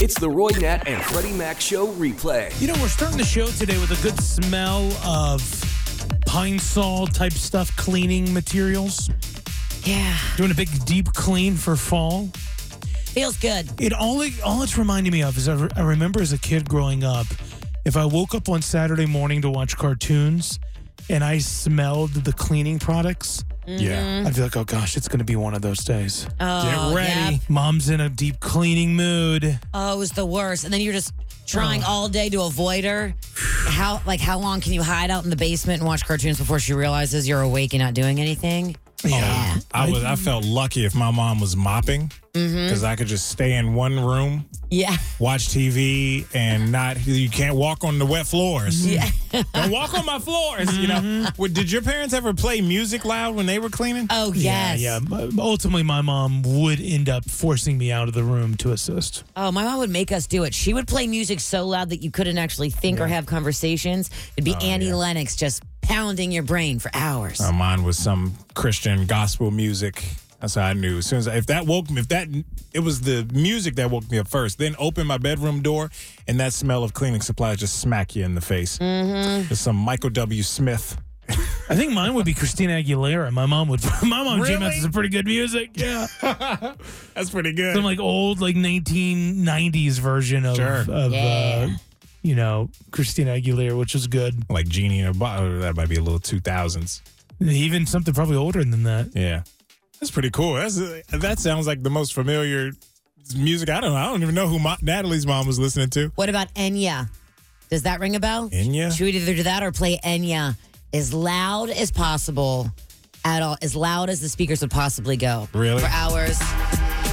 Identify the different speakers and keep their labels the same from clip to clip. Speaker 1: It's the Roy Nat and Freddie Mac Show replay.
Speaker 2: You know, we're starting the show today with a good smell of pine saw type stuff, cleaning materials.
Speaker 3: Yeah,
Speaker 2: Doing a big deep clean for fall.
Speaker 3: feels good.
Speaker 2: It all all it's reminding me of is I, re- I remember as a kid growing up, if I woke up on Saturday morning to watch cartoons and I smelled the cleaning products,
Speaker 3: Mm-hmm.
Speaker 4: Yeah.
Speaker 2: I'd be like, oh gosh, it's going to be one of those days.
Speaker 3: Oh,
Speaker 4: Get ready.
Speaker 3: yep.
Speaker 2: Mom's in a deep cleaning mood.
Speaker 3: Oh, it was the worst. And then you're just trying all day to avoid her. How like how long can you hide out in the basement and watch cartoons before she realizes you're awake and not doing anything?
Speaker 2: Yeah.
Speaker 4: I was I felt lucky if my mom was mopping because I could just stay in one room,
Speaker 3: Yeah.
Speaker 4: watch TV, and not you can't walk on the wet floors. Yeah. Don't walk on my floors. You know. Well, did your parents ever play music loud when they were cleaning?
Speaker 3: Oh yes.
Speaker 2: Yeah, yeah. M- Ultimately, my mom would end up forcing me out of the room to assist.
Speaker 3: Oh, my mom would make us do it. She would play music so loud that you couldn't actually think or have conversations. It'd
Speaker 2: Oh,
Speaker 3: be Annie Lennox just pounding your brain for hours.
Speaker 4: Uh, mine was some Christian gospel music. That's how I knew. As soon as I, if that woke me, if that it was the music that woke me up first. Then open my bedroom door, and that smell of cleaning supplies just smack you in the face. Mm-hmm. There's some Michael W. Smith.
Speaker 2: I think mine would be Christina Aguilera. My mom would. My mom jam out
Speaker 4: Really?
Speaker 2: to some pretty good music. Yeah,
Speaker 4: That's pretty good.
Speaker 2: some like old like 1990s version of,
Speaker 4: Sure.
Speaker 2: of
Speaker 3: Yeah.
Speaker 2: uh, you know Christina Aguilera, which was good.
Speaker 4: like genie in a bottle. That might be a little two thousands.
Speaker 2: Even something probably older than that.
Speaker 4: Yeah, that's pretty cool. That's that sounds like the most familiar music. I don't know. I don't even know who my, Natalie's mom was listening to.
Speaker 3: What about Enya? Does that ring a bell?
Speaker 4: Enya?
Speaker 3: Should we either do that or play Enya as loud as possible at all, as loud as the speakers would possibly go?
Speaker 4: Really?
Speaker 3: For hours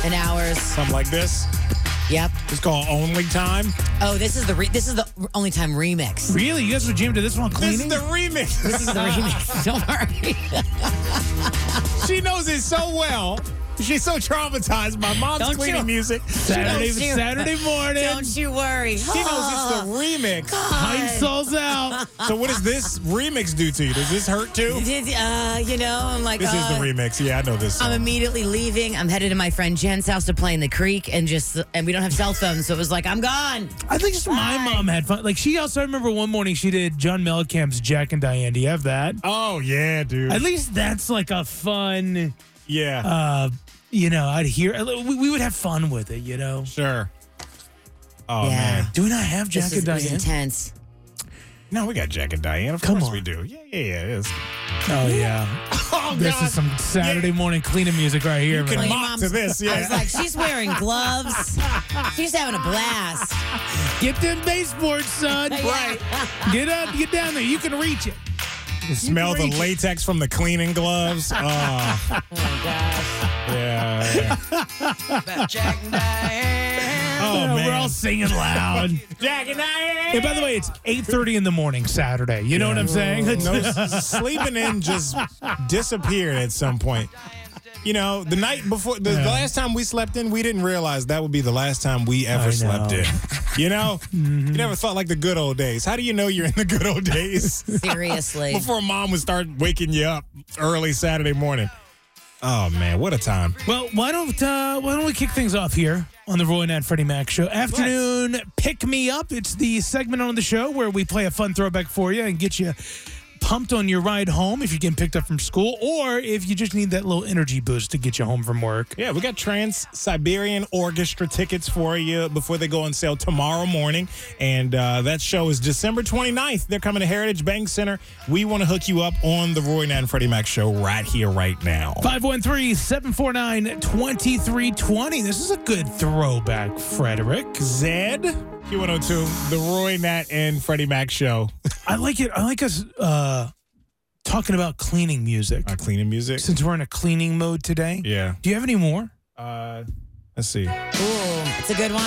Speaker 3: and hours.
Speaker 4: Something like this.
Speaker 3: Yep.
Speaker 4: It's called Only Time.
Speaker 3: Oh, this is the re- this is the only time remix.
Speaker 2: Really, you guys would jam to this one
Speaker 4: This is
Speaker 2: cleaning?
Speaker 4: the remix.
Speaker 3: This is the remix. Don't worry.
Speaker 4: She knows it so well. She's so traumatized by mom's
Speaker 3: Don't
Speaker 4: cleaning
Speaker 3: you-
Speaker 4: music.
Speaker 2: Saturday,
Speaker 3: Don't you-
Speaker 2: Saturday morning. Oh,
Speaker 3: Don't you worry.
Speaker 4: She knows it's the remix.
Speaker 2: Pine saw's out.
Speaker 4: So what does this remix do to you? Does this hurt too?
Speaker 3: Did, uh, you know, I'm like,
Speaker 4: This is
Speaker 3: uh,
Speaker 4: the remix. Yeah, I know this.
Speaker 3: I'm
Speaker 4: song.
Speaker 3: immediately leaving. I'm headed to my friend Jen's house to play in the creek, and just and we don't have cell phones, so it was like I'm gone.
Speaker 2: I think just my mom had fun. Like she also, I remember one morning she did John Mellencamp's Jack and Diane. Do you have that?
Speaker 4: Oh yeah, dude.
Speaker 2: At least that's like a fun,
Speaker 4: yeah,
Speaker 2: uh, you know, I'd hear, uh, we, we would have fun with it, you know?
Speaker 4: sure. Oh
Speaker 3: Yeah.
Speaker 4: man.
Speaker 2: Do we not have Jack
Speaker 3: This
Speaker 2: and
Speaker 3: is, it was
Speaker 2: Diane?
Speaker 3: intense.
Speaker 4: No, we got Jack and Diane. Of
Speaker 2: Come
Speaker 4: course
Speaker 2: on.
Speaker 4: we do. Yeah, yeah, yeah. It is.
Speaker 2: Oh, yeah.
Speaker 4: Oh
Speaker 2: This is some Saturday morning cleaning music right here.
Speaker 4: can
Speaker 2: man.
Speaker 3: Like,
Speaker 4: mock
Speaker 3: Mom's-
Speaker 4: to this. Yeah.
Speaker 3: I was like, she's wearing gloves. she's having a blast.
Speaker 2: Get them baseboards, son.
Speaker 3: Right.
Speaker 2: Get up, get down there. You can reach it.
Speaker 4: Smell the latex from the cleaning gloves. Oh,
Speaker 3: Oh, gosh.
Speaker 4: yeah.
Speaker 2: Oh,
Speaker 4: man.
Speaker 2: We're all singing loud.
Speaker 4: Jack and Diane.
Speaker 2: and by the way, it's 8.30 in the morning Saturday. You know what I'm saying?
Speaker 4: No, s- sleeping in just disappeared at some point. You know, the night before, the, the last time we slept in, we didn't realize that would be the last time we
Speaker 2: I
Speaker 4: ever
Speaker 2: know. Mm-hmm.
Speaker 4: slept in. You know, you never felt like the good old days. How do you know you're in the good old days?
Speaker 3: Seriously.
Speaker 4: Before mom would start waking you up early Saturday morning. Oh, man, what a time.
Speaker 2: Well, why don't uh, why don't we kick things off here on the Roy and Freddie Mac show? Afternoon pick me up. It's the segment on the show where we play a fun throwback for you and get you pumped on your ride home if you're getting picked up from school or if you just need that little energy boost to get you home from work.
Speaker 4: Yeah, we got Trans Siberian Orchestra tickets for you before they go on sale tomorrow morning. And uh, that show is December 29th. They're coming to Heritage Bank Center. We want to hook you up on the Roy Nat and Freddie Mac show right here, right now.
Speaker 2: 513-749-2320. This is a good throwback, Frederick.
Speaker 4: Zed, Q102, the Roy Nat and Freddie Mac show.
Speaker 2: I like it. I like us uh, talking about cleaning music
Speaker 4: Our Uh, cleaning music.
Speaker 2: since we're in a cleaning mode today.
Speaker 4: Yeah.
Speaker 2: Do you have any more?
Speaker 4: Uh, let's see.
Speaker 3: Ooh, it's a good one.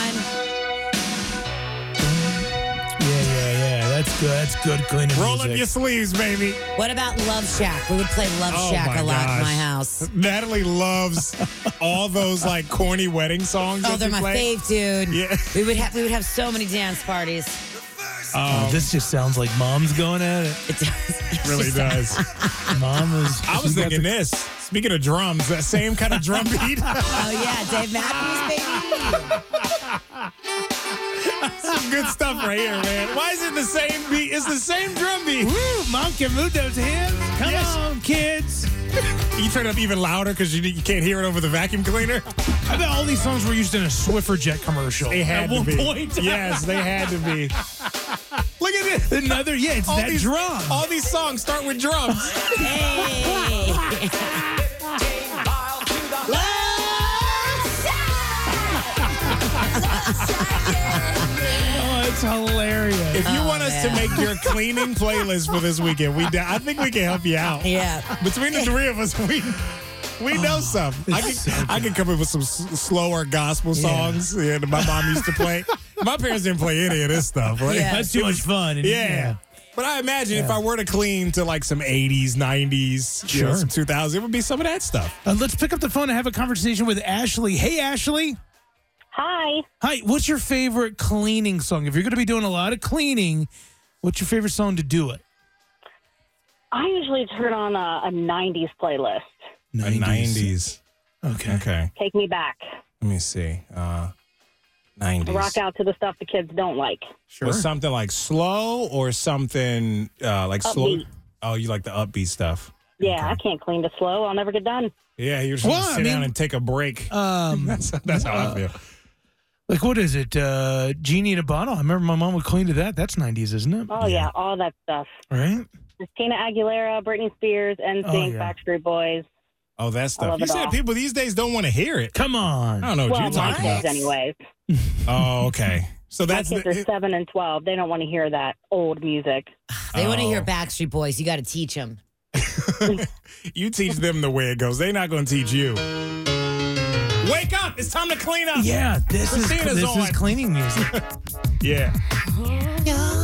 Speaker 2: good. That's good cleaning
Speaker 4: Roll up
Speaker 2: music.
Speaker 4: your sleeves, baby.
Speaker 3: What about Love Shack? We would play Love
Speaker 4: Oh
Speaker 3: Shack
Speaker 4: my
Speaker 3: a lot in
Speaker 4: gosh.
Speaker 3: my house.
Speaker 4: Natalie loves all those like corny wedding songs.
Speaker 3: Oh,
Speaker 4: that
Speaker 3: they're
Speaker 4: we
Speaker 3: my
Speaker 4: play.
Speaker 3: fave, dude.
Speaker 4: Yeah.
Speaker 3: We would have we would have so many dance parties.
Speaker 2: Oh, this just sounds like mom's going at it.
Speaker 3: It does.
Speaker 4: Really does.
Speaker 2: Mom is.
Speaker 4: I was
Speaker 2: she's got
Speaker 4: thinking
Speaker 2: the-
Speaker 4: this. Speaking of drums, that same kind of drum beat.
Speaker 3: Oh yeah, Dave Matthews, baby.
Speaker 4: Some good stuff right here, man. Why is it the same beat? It's the same drum beat.
Speaker 2: Woo, mom can move those hands. Come
Speaker 4: Yes.
Speaker 2: on, kids.
Speaker 4: You turn it up even louder because you, you can't hear it over the vacuum cleaner.
Speaker 2: I bet all these songs were used in a Swiffer Jet commercial.
Speaker 4: They had
Speaker 2: at
Speaker 4: to
Speaker 2: one
Speaker 4: be.
Speaker 2: point.
Speaker 4: Yes, they had to be. Look at this.
Speaker 2: Another, yeah, it's that drum.
Speaker 4: All these songs start with drums.
Speaker 3: Hey.
Speaker 2: oh, it's hilarious.
Speaker 4: If you want us to
Speaker 3: man.
Speaker 4: make your cleaning playlist for this weekend, we I think we can help you out.
Speaker 3: Yeah.
Speaker 4: Between the three of us, we we
Speaker 2: Oh,
Speaker 4: know some. I can I can come up with some s- slower gospel songs yeah, that my mom used to play. my parents didn't play any of this stuff. Right?
Speaker 3: Yeah.
Speaker 2: That's too much fun. And,
Speaker 4: Yeah. But I imagine if I were to clean to like some 80s, 90s, you know,
Speaker 2: Sure.
Speaker 4: some 2000s, it would be some of that stuff.
Speaker 2: Uh, let's pick up the phone and have a conversation with Ashley. Hey, Ashley.
Speaker 5: Hi.
Speaker 2: Hi, what's your favorite cleaning song? If you're going to be doing a lot of cleaning, what's your favorite song to do it?
Speaker 5: I usually turn on a, a 90s playlist.
Speaker 4: The
Speaker 2: Okay.
Speaker 4: Okay.
Speaker 5: Take me back.
Speaker 4: Let me see. Uh, 90s.
Speaker 5: Rock out to the stuff the kids don't like.
Speaker 2: Sure.
Speaker 4: Was something like slow or something uh, like slow?
Speaker 5: Upbeat.
Speaker 4: Oh, you like the upbeat stuff.
Speaker 5: Yeah, I can't clean to slow. I'll never get done.
Speaker 4: Yeah, you're just
Speaker 2: Well,
Speaker 4: gonna
Speaker 2: I
Speaker 4: sit down
Speaker 2: mean-
Speaker 4: and take a break.
Speaker 2: Um,
Speaker 4: that's that's how I feel.
Speaker 2: like what is it? Uh, Genie in a bottle. I remember my mom would clean to that. That's 90s, isn't it?
Speaker 5: Oh, yeah, all that stuff.
Speaker 2: Right?
Speaker 5: Christina Aguilera, Britney Spears, NSYNC,
Speaker 2: yeah.
Speaker 5: Backstreet Boys.
Speaker 4: Oh, that stuff.
Speaker 5: love
Speaker 4: You
Speaker 5: it
Speaker 4: said
Speaker 5: all.
Speaker 4: people these days don't want to hear it.
Speaker 2: Come on.
Speaker 4: I don't know what
Speaker 5: well,
Speaker 4: you're
Speaker 5: my
Speaker 4: talking
Speaker 5: kids,
Speaker 4: about.
Speaker 5: anyways.
Speaker 4: Oh, okay. So that's
Speaker 5: my kids
Speaker 4: the,
Speaker 5: are 7 and 12. They don't want to hear that old music.
Speaker 3: They want to hear
Speaker 4: Oh.
Speaker 3: Backstreet Boys. You got to teach them.
Speaker 4: you teach them the way it goes. They're not going to teach you. Wake up! It's time to clean up.
Speaker 2: Yeah, this
Speaker 4: Christina's
Speaker 2: is this
Speaker 4: on.
Speaker 2: is cleaning music.
Speaker 4: Yeah.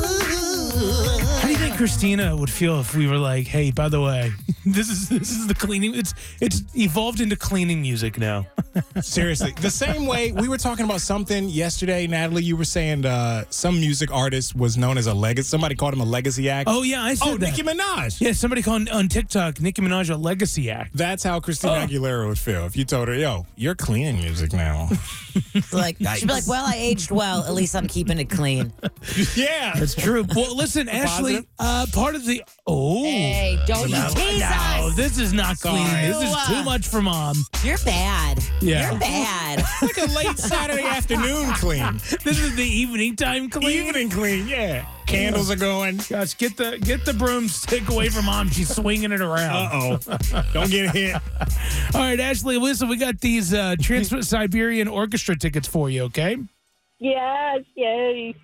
Speaker 2: How do you think Christina would feel if we were like, "Hey, by the way, this is this is the cleaning. It's it's evolved into cleaning music now."
Speaker 4: Seriously, the same way we were talking about something yesterday, Natalie. You were saying uh, some music artist was known as a legacy. Somebody called him a legacy act.
Speaker 2: Oh yeah, I said
Speaker 4: oh
Speaker 2: that.
Speaker 4: Nicki Minaj.
Speaker 2: yeah, somebody called on TikTok Nicki Minaj a legacy act.
Speaker 4: That's how Christina
Speaker 2: Oh.
Speaker 4: Aguilera would feel if you told her, "Yo, you're cleaning music now."
Speaker 3: Like she'd be like, "Well, I aged well. At least I'm keeping it clean."
Speaker 4: yeah,
Speaker 2: That's true. Well, listen, Ashley, uh, part of the oh.
Speaker 3: Hey, don't you
Speaker 2: No,
Speaker 3: tease
Speaker 2: no,
Speaker 3: us.
Speaker 2: this is not clean.
Speaker 4: Sorry.
Speaker 2: This is too much for mom.
Speaker 3: You're bad.
Speaker 2: Yeah.
Speaker 3: You're bad.
Speaker 4: like a late Saturday afternoon clean,
Speaker 2: This is the evening time clean.
Speaker 4: evening clean. Yeah, candles are going.
Speaker 2: Gosh, get the get the broomstick away from mom. She's swinging it around.
Speaker 4: Uh oh, don't get hit.
Speaker 2: All right, Ashley, listen, we got these uh, Trans Siberian Orchestra tickets for you, okay?
Speaker 5: Yes, yay.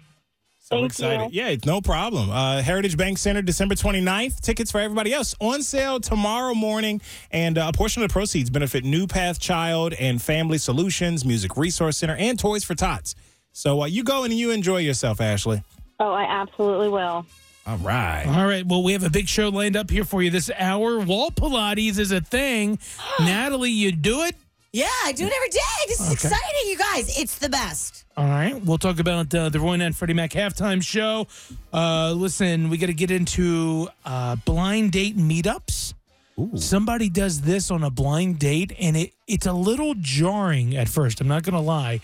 Speaker 4: So
Speaker 5: Thank
Speaker 4: excited. Yeah, it's no problem. Uh, Heritage Bank Center, December 29th. Tickets for everybody else on sale tomorrow morning. And uh, a portion of the proceeds benefit New Path Child and Family Solutions, Music Resource Center, and Toys for Tots. So uh, you go and you enjoy yourself, Ashley.
Speaker 5: Oh, I absolutely will.
Speaker 4: All right.
Speaker 2: All right, well, we have a big show lined up here for you this hour. Wall Pilates is a thing. Natalie, you do it?
Speaker 3: Yeah, I do it every day. This is exciting, you guys. It's the best.
Speaker 2: All right, we'll talk about uh, the Roy and Freddie Mac halftime show. Uh, listen, we got to get into uh, blind date meetups. Somebody does this on a blind date, and it it's a little jarring at first. I'm not going to lie,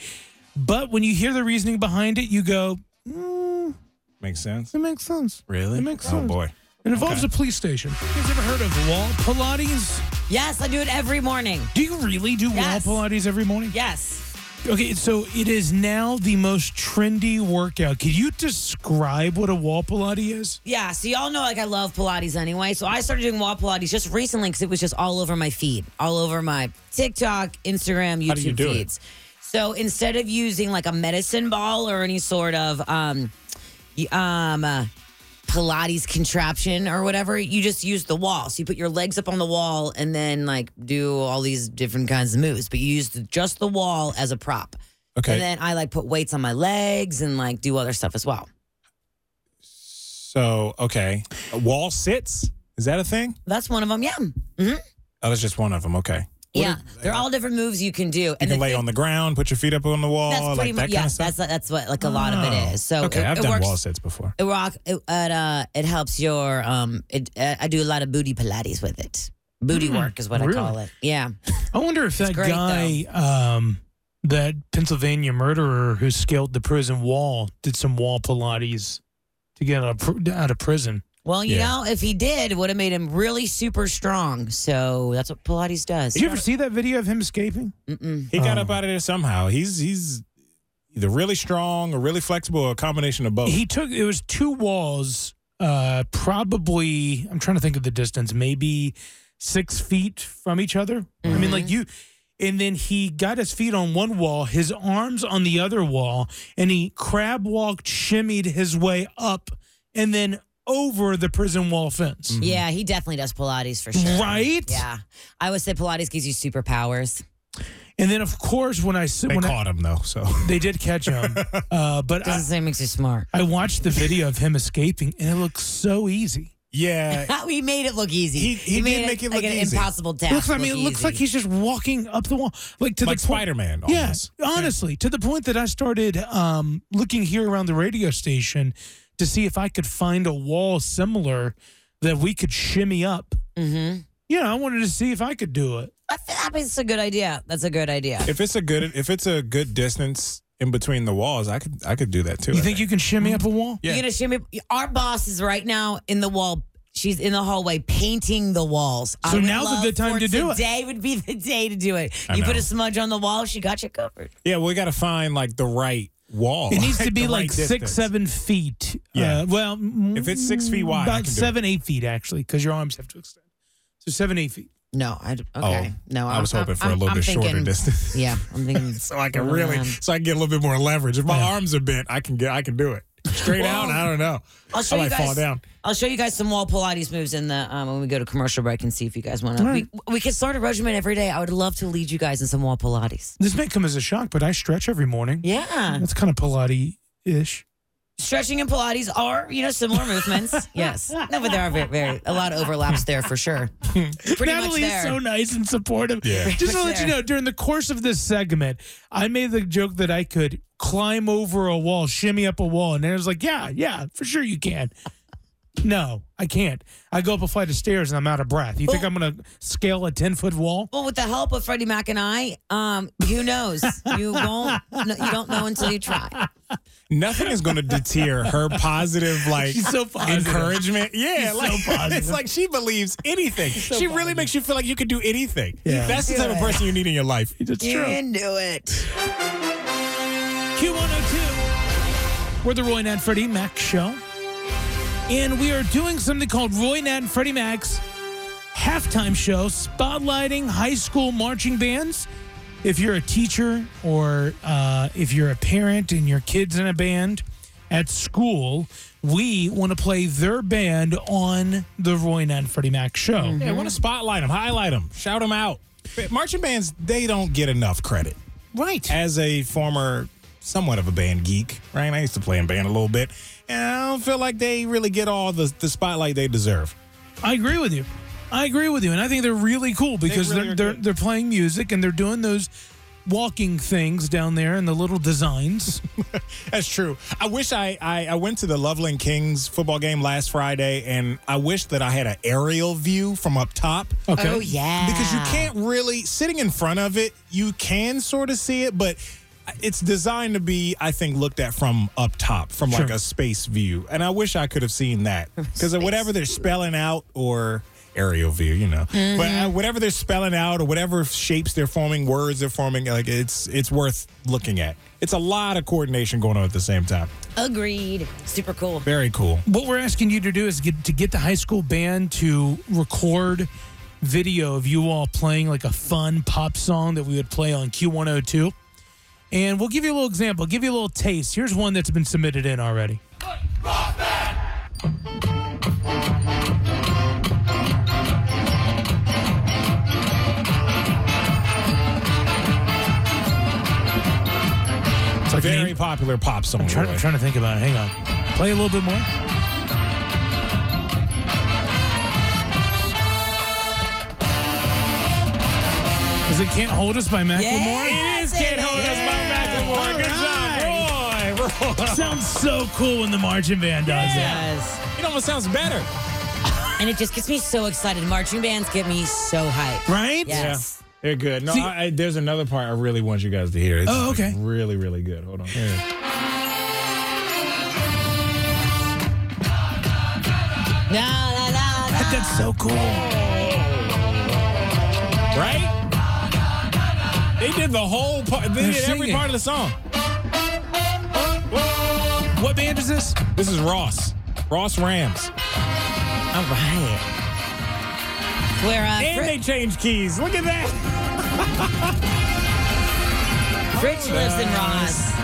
Speaker 2: but when you hear the reasoning behind it, you go, mm,
Speaker 4: Makes sense.
Speaker 2: "It makes sense."
Speaker 4: Really?
Speaker 2: It makes
Speaker 4: Oh,
Speaker 2: sense.
Speaker 4: boy.
Speaker 2: It involves a police station. You guys ever heard of wall Pilates?
Speaker 3: Yes, I do it every morning.
Speaker 2: Do you really do
Speaker 3: Yes.
Speaker 2: wall Pilates every morning?
Speaker 3: Yes.
Speaker 2: Okay, so it is now the most trendy workout. Could you describe what a wall Pilates is?
Speaker 3: Yeah, so y'all know like I love Pilates anyway. So I started doing wall Pilates just recently because it was just all over my feed, all over my TikTok, Instagram, YouTube
Speaker 4: How do you do it?
Speaker 3: feeds. So instead of using like a medicine ball or any sort of um, y- um, uh, Pilates contraption or whatever, you just use the wall. So you put your legs up on the wall and then like do all these different kinds of moves, but you use the, just the wall as a prop.
Speaker 4: Okay.
Speaker 3: And then I like put weights on my legs and like do other stuff as well.
Speaker 4: So, okay. A wall sits? Is that a thing?
Speaker 3: That's one of them. Yeah. hmm
Speaker 4: Oh, that's just one of them. Okay.
Speaker 3: Yeah. They're all different moves you can do.
Speaker 4: You
Speaker 3: the
Speaker 4: can lay
Speaker 3: thing-
Speaker 4: on the ground, put your feet up on the wall,
Speaker 3: That's pretty much
Speaker 4: like that
Speaker 3: yeah.
Speaker 4: kind of stuff. Oh.
Speaker 3: that's that's what like a lot of it is. So
Speaker 4: okay,
Speaker 3: it,
Speaker 4: I've
Speaker 3: it
Speaker 4: done
Speaker 3: works.
Speaker 4: wall sits before.
Speaker 3: It rock. It, it, uh, it helps your um. It, uh, I do a lot of booty pilates with it. Booty
Speaker 4: Hmm.
Speaker 3: work is what
Speaker 2: really?
Speaker 3: I call it. Yeah.
Speaker 2: I wonder if that
Speaker 3: great,
Speaker 2: guy, um, that Pennsylvania murderer who scaled the prison wall, did some wall Pilates to get out of, pr- out of prison.
Speaker 3: Well, you
Speaker 4: Yeah.
Speaker 3: know, if he did, it would have made him really super strong. So that's what Pilates does.
Speaker 2: Did you ever see that video of him escaping?
Speaker 3: Mm-mm.
Speaker 4: He got
Speaker 2: Um,
Speaker 4: up out of there somehow. He's he's either really strong or really flexible or a combination of both.
Speaker 2: He took it was two walls, uh, probably I'm trying to think of the distance, maybe six feet from each other. I mean,
Speaker 4: Mm-hmm.
Speaker 2: like you and then he got his feet on one wall, his arms on the other wall, and he crab walked, shimmied his way up and then over the prison wall fence.
Speaker 4: Hmm. Mm.
Speaker 3: Yeah, he definitely does Pilates for sure.
Speaker 2: Right?
Speaker 3: Yeah. I always say Pilates gives you superpowers.
Speaker 2: And then of course when I s-
Speaker 4: they
Speaker 2: when I-
Speaker 4: caught him though, so
Speaker 2: they did catch him. uh, but I,
Speaker 3: Doesn't say it makes you smart.
Speaker 2: I watched the video of him escaping and it looks so easy.
Speaker 4: yeah.
Speaker 3: we made it look easy.
Speaker 4: He- he
Speaker 3: We made
Speaker 4: did make it
Speaker 3: like
Speaker 4: look
Speaker 3: an
Speaker 4: easy.
Speaker 3: impossible task.
Speaker 2: looks, I mean, it
Speaker 3: look
Speaker 2: looks
Speaker 3: easy.
Speaker 2: like he's just walking up the wall, like to
Speaker 4: like
Speaker 2: the point-
Speaker 4: Spider Man.
Speaker 2: Yeah, honestly, to the point that I started um, looking here around the radio station to see if I could find a wall similar that we could shimmy up.
Speaker 3: Mhm.
Speaker 2: Yeah, I wanted to see if I could do it.
Speaker 3: I th- I mean, it's a good idea. That's a good idea.
Speaker 4: If it's a good if it's a good distance in between the walls, I could I could do that too.
Speaker 2: You
Speaker 4: I
Speaker 2: think you can shimmy up a wall?
Speaker 4: Yeah.
Speaker 3: You're gonna shimmy. Our boss is right now in the wall. She's in the hallway painting the walls. I
Speaker 2: So
Speaker 3: would
Speaker 2: now's a
Speaker 3: love
Speaker 2: good time
Speaker 3: for
Speaker 2: to do it.
Speaker 3: Today would be the day to do it.
Speaker 4: I
Speaker 3: you put
Speaker 4: know.
Speaker 3: a smudge on the wall. She got you covered.
Speaker 4: Yeah, well, we got to find like the right wall.
Speaker 2: It needs to be
Speaker 4: Oh, the
Speaker 2: like
Speaker 4: right
Speaker 2: six,
Speaker 4: distance.
Speaker 2: seven feet.
Speaker 4: Yeah.
Speaker 2: Uh, well,
Speaker 4: If it's six feet wide, I
Speaker 2: about
Speaker 4: can do it.
Speaker 2: seven, eight feet actually, because your arms have to extend. So seven, eight feet.
Speaker 3: No, I okay. no,
Speaker 4: Oh, I was
Speaker 3: I'm-
Speaker 4: hoping for
Speaker 3: I'm-
Speaker 4: a little
Speaker 3: I'm
Speaker 4: bit shorter
Speaker 3: thinking-
Speaker 4: distance.
Speaker 3: Yeah, I'm thinking.
Speaker 4: so I can really, so I can get a little bit more leverage. If my arms are bent, I can get, I can do it straight out. I don't know.
Speaker 3: I'll show
Speaker 4: I
Speaker 3: you
Speaker 4: might
Speaker 3: guys.
Speaker 4: fall down.
Speaker 3: I'll show you guys some wall Pilates moves in the um, when we go to commercial break and see if you guys want to. We, we can start a regimen every day. I would love to lead you guys in some wall Pilates.
Speaker 2: This may come as a shock, but I stretch every morning.
Speaker 3: Yeah,
Speaker 2: That's kind of Pilates ish.
Speaker 3: stretching and Pilates are you know similar movements. Yes, no, but there are very, very a lot of overlaps there for sure. Pretty much
Speaker 2: Natalie
Speaker 3: there.
Speaker 2: is so nice and supportive.
Speaker 4: Yeah.
Speaker 2: Just to
Speaker 3: much
Speaker 2: let you
Speaker 3: there.
Speaker 2: know, during the course of this segment, I made the joke that I could climb over a wall, shimmy up a wall, and I was like, "Yeah, yeah, for sure you can." no, I can't. I go up a flight of stairs and I'm out of breath. You think
Speaker 3: Well-
Speaker 2: I'm going to scale a ten foot wall?
Speaker 3: Well, with the help of Freddie Mac and I, um, who knows? You won't. no, you don't know until you try.
Speaker 4: Nothing is going to deter her positive, like
Speaker 2: She's so positive.
Speaker 4: encouragement. Yeah,
Speaker 2: She's
Speaker 4: like,
Speaker 2: so positive.
Speaker 4: it's like she believes anything. she really makes you feel like you could do anything.
Speaker 2: Yeah.
Speaker 4: That's the type of person you need in your life.
Speaker 2: It's
Speaker 3: you
Speaker 2: true.
Speaker 3: can do it.
Speaker 2: Q102. We're the Roy Nat Freddie Mac show. And we are doing something called Roy Nat and Freddie Mac's halftime show, spotlighting high school marching bands. If you're a teacher or uh, if you're a parent and your kid's in a band at school, we want to play their band on the Roy Nat and Freddie Mac show.
Speaker 4: Yeah, want to spotlight them, highlight them, shout them out. Marching bands, they don't get enough credit.
Speaker 2: Right.
Speaker 4: as a former somewhat of a band geek, right? I used to play in band a little bit, and I don't feel like they really get all the, the spotlight they deserve.
Speaker 2: I agree with you. I agree with you, and I think they're really cool because
Speaker 4: really
Speaker 2: they
Speaker 4: are
Speaker 2: are they're
Speaker 4: good.
Speaker 2: they're playing music and they're doing those walking things down there and the little designs.
Speaker 4: That's true. I wish I, I I went to the Loveland Kings football game last Friday, and I wish that I had an aerial view from up top.
Speaker 2: Okay.
Speaker 3: Oh yeah.
Speaker 4: Because you can't really sitting in front of it, you can sort of see it, but it's designed to be, I think, looked at from up top, from like
Speaker 2: Sure.
Speaker 4: a space view. And I wish I could have seen that because of whatever they're spelling out or aerial view, you know, but uh, whatever they're spelling out or whatever shapes they're forming, words they're forming, like it's it's worth looking at. It's a lot of coordination going on at the same time.
Speaker 3: Agreed. Super cool.
Speaker 4: Very cool.
Speaker 2: What we're asking you to do is get to get the high school band to record video of you all playing like a fun pop song that we would play on Q102. And we'll give you a little example, give you a little taste. Here's one that's been submitted in already. It's like an
Speaker 4: Very popular pop song.
Speaker 2: Try-
Speaker 4: by the way.
Speaker 2: trying to think about it. Hang on. Play a little bit more. Is it Can't Hold Us by Macklemore?
Speaker 3: Yes, It is it Can't Hold Us by
Speaker 4: is. Macklemore. Good
Speaker 2: Good job, Roy. Sounds so cool when the marching band does it.
Speaker 3: Yes.
Speaker 4: It almost sounds better.
Speaker 3: And it just gets me so excited. Marching bands get me so hyped.
Speaker 2: Right?
Speaker 3: Yes.
Speaker 4: They're good. No,
Speaker 2: See-
Speaker 4: I, I, there's another part I really want you guys to hear. It's
Speaker 2: Oh,
Speaker 4: like,
Speaker 2: okay.
Speaker 4: really, really good. Hold on. Here it is.
Speaker 3: Na, na, na, na.
Speaker 2: That- That's so cool.
Speaker 4: Right? They did the whole part. They
Speaker 2: They're
Speaker 4: did every
Speaker 2: singing.
Speaker 4: part of the song.
Speaker 2: What band is this?
Speaker 4: This is Ross. Ross Rams.
Speaker 3: All right. Where uh,
Speaker 4: And
Speaker 3: Fri-
Speaker 4: they changed keys. Look at that.
Speaker 3: Fritz lives in Ross.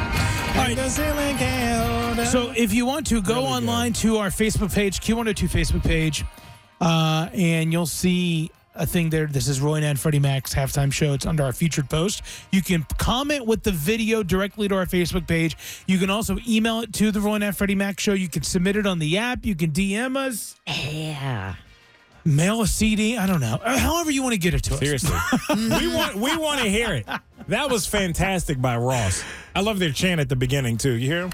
Speaker 2: All right. So if you want to, go
Speaker 4: Really good.
Speaker 2: online to our Facebook page, Q102 Facebook page, uh, and you'll see a thing there. This is Roy and Freddie Mac's halftime show. It's under our featured post. You can comment with the video directly to our Facebook page. You can also email it to the Roy and Freddie Mac show. You can submit it on the app. You can DM us,
Speaker 3: Yeah.
Speaker 2: mail a CD. I don't know. Uh, However you want to get it to us.
Speaker 4: Seriously. we want we want to hear it. That was fantastic by Ross. I love their chant at the beginning too. You hear him?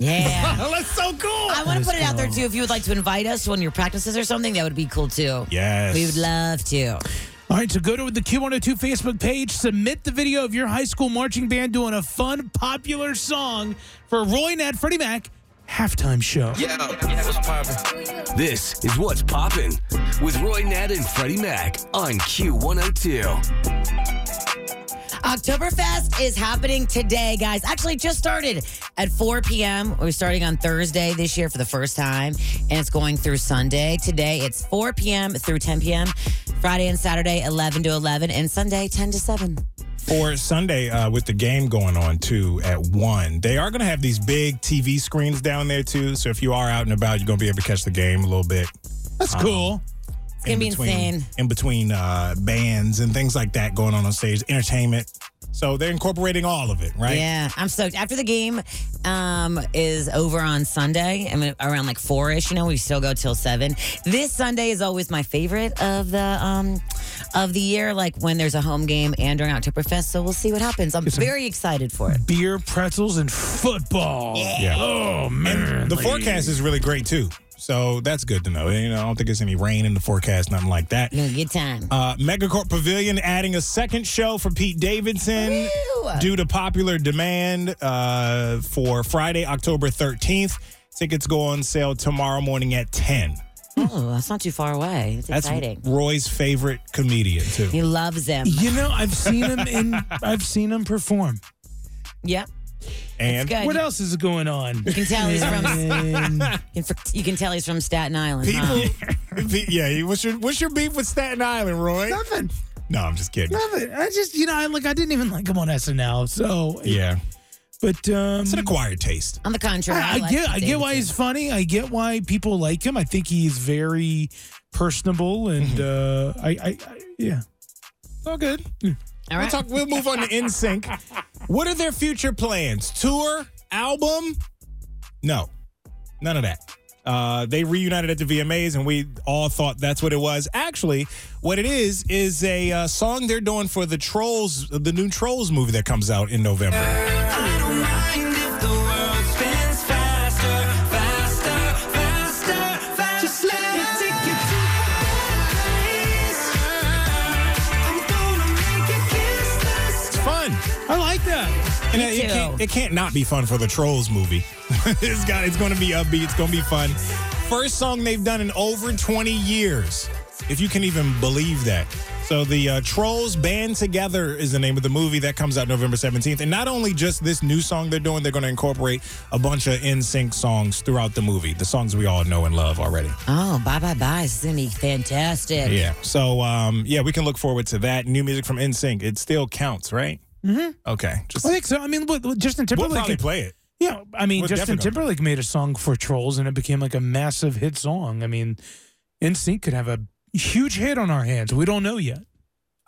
Speaker 3: Yeah.
Speaker 4: Oh, that's so cool.
Speaker 3: I want to put it out there too. If you would like to invite us on your practices or something, that would be cool too.
Speaker 4: Yes.
Speaker 3: We would love to.
Speaker 2: All right, so go to the Q102 Facebook page, submit the video of your high school marching band doing a fun, popular song for Roy Nat Freddie Mac halftime show.
Speaker 1: This is What's Poppin' with Roy Nat and Freddie Mac on Q102.
Speaker 3: Oktoberfest is happening today, guys. Actually, it just started at 4 p.m. We're starting on Thursday this year for the first time, and it's going through Sunday. Today, it's 4 p.m. through 10 p.m. Friday and Saturday, 11 to 11, and Sunday, 10 to 7.
Speaker 4: for Sunday uh, with the game going on too at one. They are going to have these big TV screens down there too. So if you are out and about, you're going to be able to catch the game a little bit.
Speaker 2: That's cool.
Speaker 3: It's going to be insane.
Speaker 4: In between uh, bands and things like that going on on stage, entertainment. So they're incorporating all of it, right?
Speaker 3: Yeah, I'm stoked. After the game um, is over on Sunday, I mean, around like four ish, you know, we still go till seven. This Sunday is always my favorite of the um, of the year, like when there's a home game and during Oktoberfest. So we'll see what happens. I'm very excited for it.
Speaker 2: Beer, pretzels, and football.
Speaker 4: Yeah.
Speaker 2: Oh, man.
Speaker 4: The forecast is really great too. So that's good to know. You know, I don't think there's any rain in the forecast, nothing like that.
Speaker 3: You know, good time.
Speaker 4: Uh, Megacorp Pavilion adding a second show for Pete Davidson due to popular demand uh, for Friday, October 13th. Tickets go on sale tomorrow morning at 10.
Speaker 3: oh, that's not too far away. It's
Speaker 4: That's
Speaker 3: exciting.
Speaker 4: Roy's favorite comedian, too.
Speaker 3: he loves them.
Speaker 2: You know, I've seen him in, I've seen him perform.
Speaker 3: Yep.
Speaker 4: and
Speaker 3: good.
Speaker 2: What else is going on?
Speaker 3: You can tell he's from. you can- You can tell he's from Staten Island. huh?
Speaker 4: people, Pe- yeah, what's your, what's your beef with Staten Island, Roy?
Speaker 2: Nothing.
Speaker 4: No, I'm just kidding.
Speaker 2: Nothing. I just, you know, I like, I didn't even like him on SNL. So,
Speaker 4: Yeah.
Speaker 2: But, um,
Speaker 4: It's an acquired taste.
Speaker 3: On the contrary,
Speaker 2: I, I
Speaker 3: like
Speaker 2: get, I
Speaker 3: Pete
Speaker 2: get why he's
Speaker 3: Davidson.
Speaker 2: funny. I get why people like him. I think he's very personable, and
Speaker 4: Mm-hmm.
Speaker 2: uh, I, I, I, yeah,
Speaker 4: It's all good.
Speaker 3: All
Speaker 4: We'll,
Speaker 3: right.
Speaker 4: talk, we'll move on to NSYNC. What are their future plans? Tour? Album? No, none of that. Uh, they reunited at the VMAs, and we all thought that's what it was. Actually, what it is is a uh, song they're doing for the Trolls, the new Trolls movie that comes out in November. It's fun,
Speaker 2: I like that.
Speaker 4: and
Speaker 3: Me
Speaker 4: it, it
Speaker 3: too.
Speaker 4: can't, it can't not be fun for the Trolls movie. it's got, it's going to be upbeat. It's going to be fun. First song they've done in over 20 years, if you can even believe that. So the uh, Trolls Band Together is the name of the movie that comes out November 17th. And not only just this new song they're doing, they're going to incorporate a bunch of NSYNC songs throughout the movie, the songs we all know and love already.
Speaker 3: Oh, bye bye bye. This is gonna be fantastic.
Speaker 4: Yeah. So um, yeah, we can look forward to that new music from NSYNC. It still counts, right? Mm-hmm. Okay. Just
Speaker 2: I think so. I mean, look, look, Justin
Speaker 4: we'll
Speaker 2: Timberlake.
Speaker 4: probably play it.
Speaker 2: yeah, I mean,
Speaker 4: we're
Speaker 2: Justin
Speaker 4: definitely-
Speaker 2: Timberlake made a song for Trolls, and it became like a massive hit song. I mean, NSYNC could have a huge hit on our hands. We don't know yet.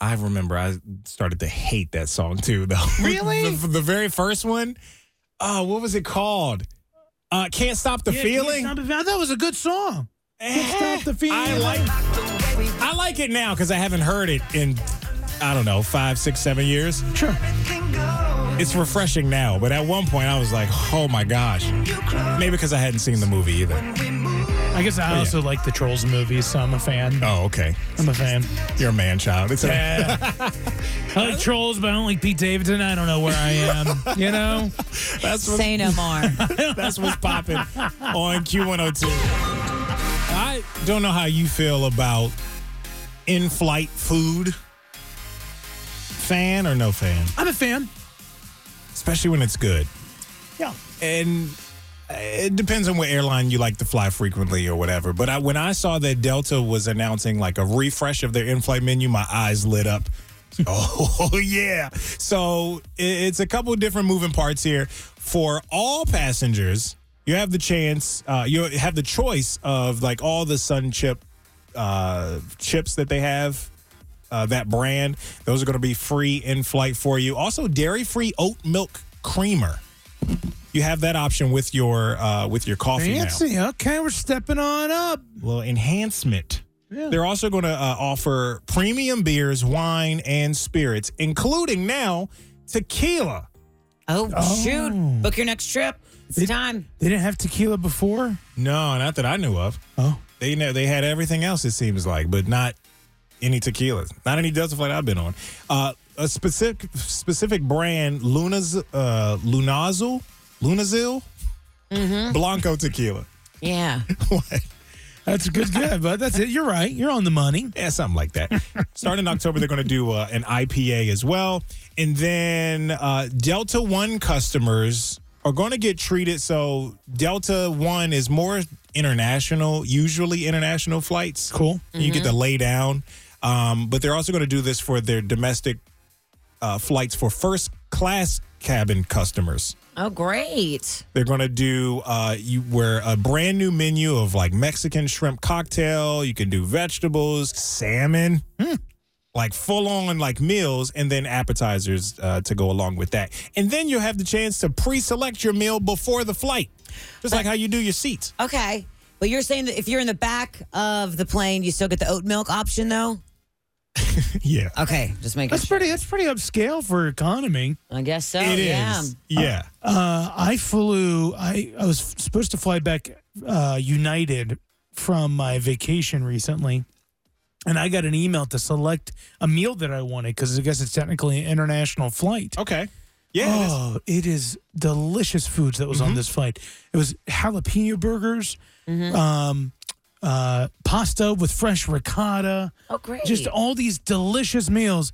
Speaker 4: I remember I started to hate that song too, though. Really? the, the very first one. Uh, what was it called? Uh, Can't Stop the Feeling.
Speaker 2: That was a good song.
Speaker 4: Eh,
Speaker 2: Stop the Feeling.
Speaker 4: I like, I like it now because I haven't heard it in I don't know, five, six, seven years. Sure. It's refreshing now, but at one point I was like, oh my gosh. Maybe because I hadn't seen the movie either.
Speaker 2: I guess I also like the Trolls movies, so I'm a fan.
Speaker 4: Oh, okay.
Speaker 2: I'm a fan.
Speaker 4: You're a man child. It's a,
Speaker 2: Yeah. I like Trolls, but I don't like Pete Davidson. I don't know where I am. You know?
Speaker 4: that's, what,
Speaker 3: Say no more.
Speaker 4: that's what's popping on Q102. I don't know how you feel about in flight food. Fan or no fan?
Speaker 2: I'm a fan.
Speaker 4: especially when it's good. Yeah, and uh, it depends on what airline you like to fly frequently or whatever. But I, when I saw that Delta was announcing like a refresh of their in-flight menu, my eyes lit up. oh yeah! So i- it's a couple different moving parts here for all passengers. You have the chance. Uh, you have the choice of like all the Sun Chip uh, chips that they have uh, that brand. Those are going to be free in flight for you. Also, dairy free oat milk creamer. You have that option with your uh, with your coffee now.
Speaker 2: Fancy. Okay, we're stepping on up.
Speaker 4: Little enhancement. They're also going to uh, offer premium beers, wine, and spirits, including now tequila.
Speaker 3: Oh, shoot. Book your next trip. It's time.
Speaker 2: They didn't have tequila before.
Speaker 4: No, not that I knew of. Oh, they know they had everything else. It seems like, but not any tequilas, not any Delta flight I've been on. Uh, a specific specific brand, Luna's uh, Lunazil, Lunazil, Blanco tequila.
Speaker 3: Yeah.
Speaker 2: That's a good guy, but that's it. You're right. You're on the money.
Speaker 4: Yeah, something like that. Starting in October, they're going to do uh, an IPA as well. And then uh, Delta One customers are going to get treated. So Delta One is more international, usually international flights. Cool. You get to lay down. Um, but they're also going to do this for their domestic uh, flights for first class cabin customers.
Speaker 3: Oh, great.
Speaker 4: They're gonna do uh, you where a brand new menu of like Mexican shrimp cocktail. You can do vegetables, salmon, hmm, like full on like meals, and then appetizers uh, to go along with that. And then you'll have the chance to pre-select your meal before the flight, just like how you do your seats.
Speaker 3: Okay. But you're saying that if you're in the back of the plane, you still get the oat milk option, though?
Speaker 4: Yeah,
Speaker 3: Okay. Just make
Speaker 2: That's
Speaker 3: it.
Speaker 2: pretty. That's pretty upscale for economy.
Speaker 3: I guess so.
Speaker 4: it is.
Speaker 3: yeah.
Speaker 4: Yeah,
Speaker 2: Uh, I flew. I I was supposed to fly back uh, United from my vacation recently, and I got an email to select a meal that I wanted because I guess it's technically an international flight.
Speaker 4: okay, yeah. it is. Mm-hmm.
Speaker 2: Oh, it is delicious foods that was on this flight. It was jalapeno burgers,
Speaker 3: Mm-hmm.
Speaker 2: um, uh, pasta with fresh ricotta,
Speaker 3: Oh, great.
Speaker 2: just all these delicious meals.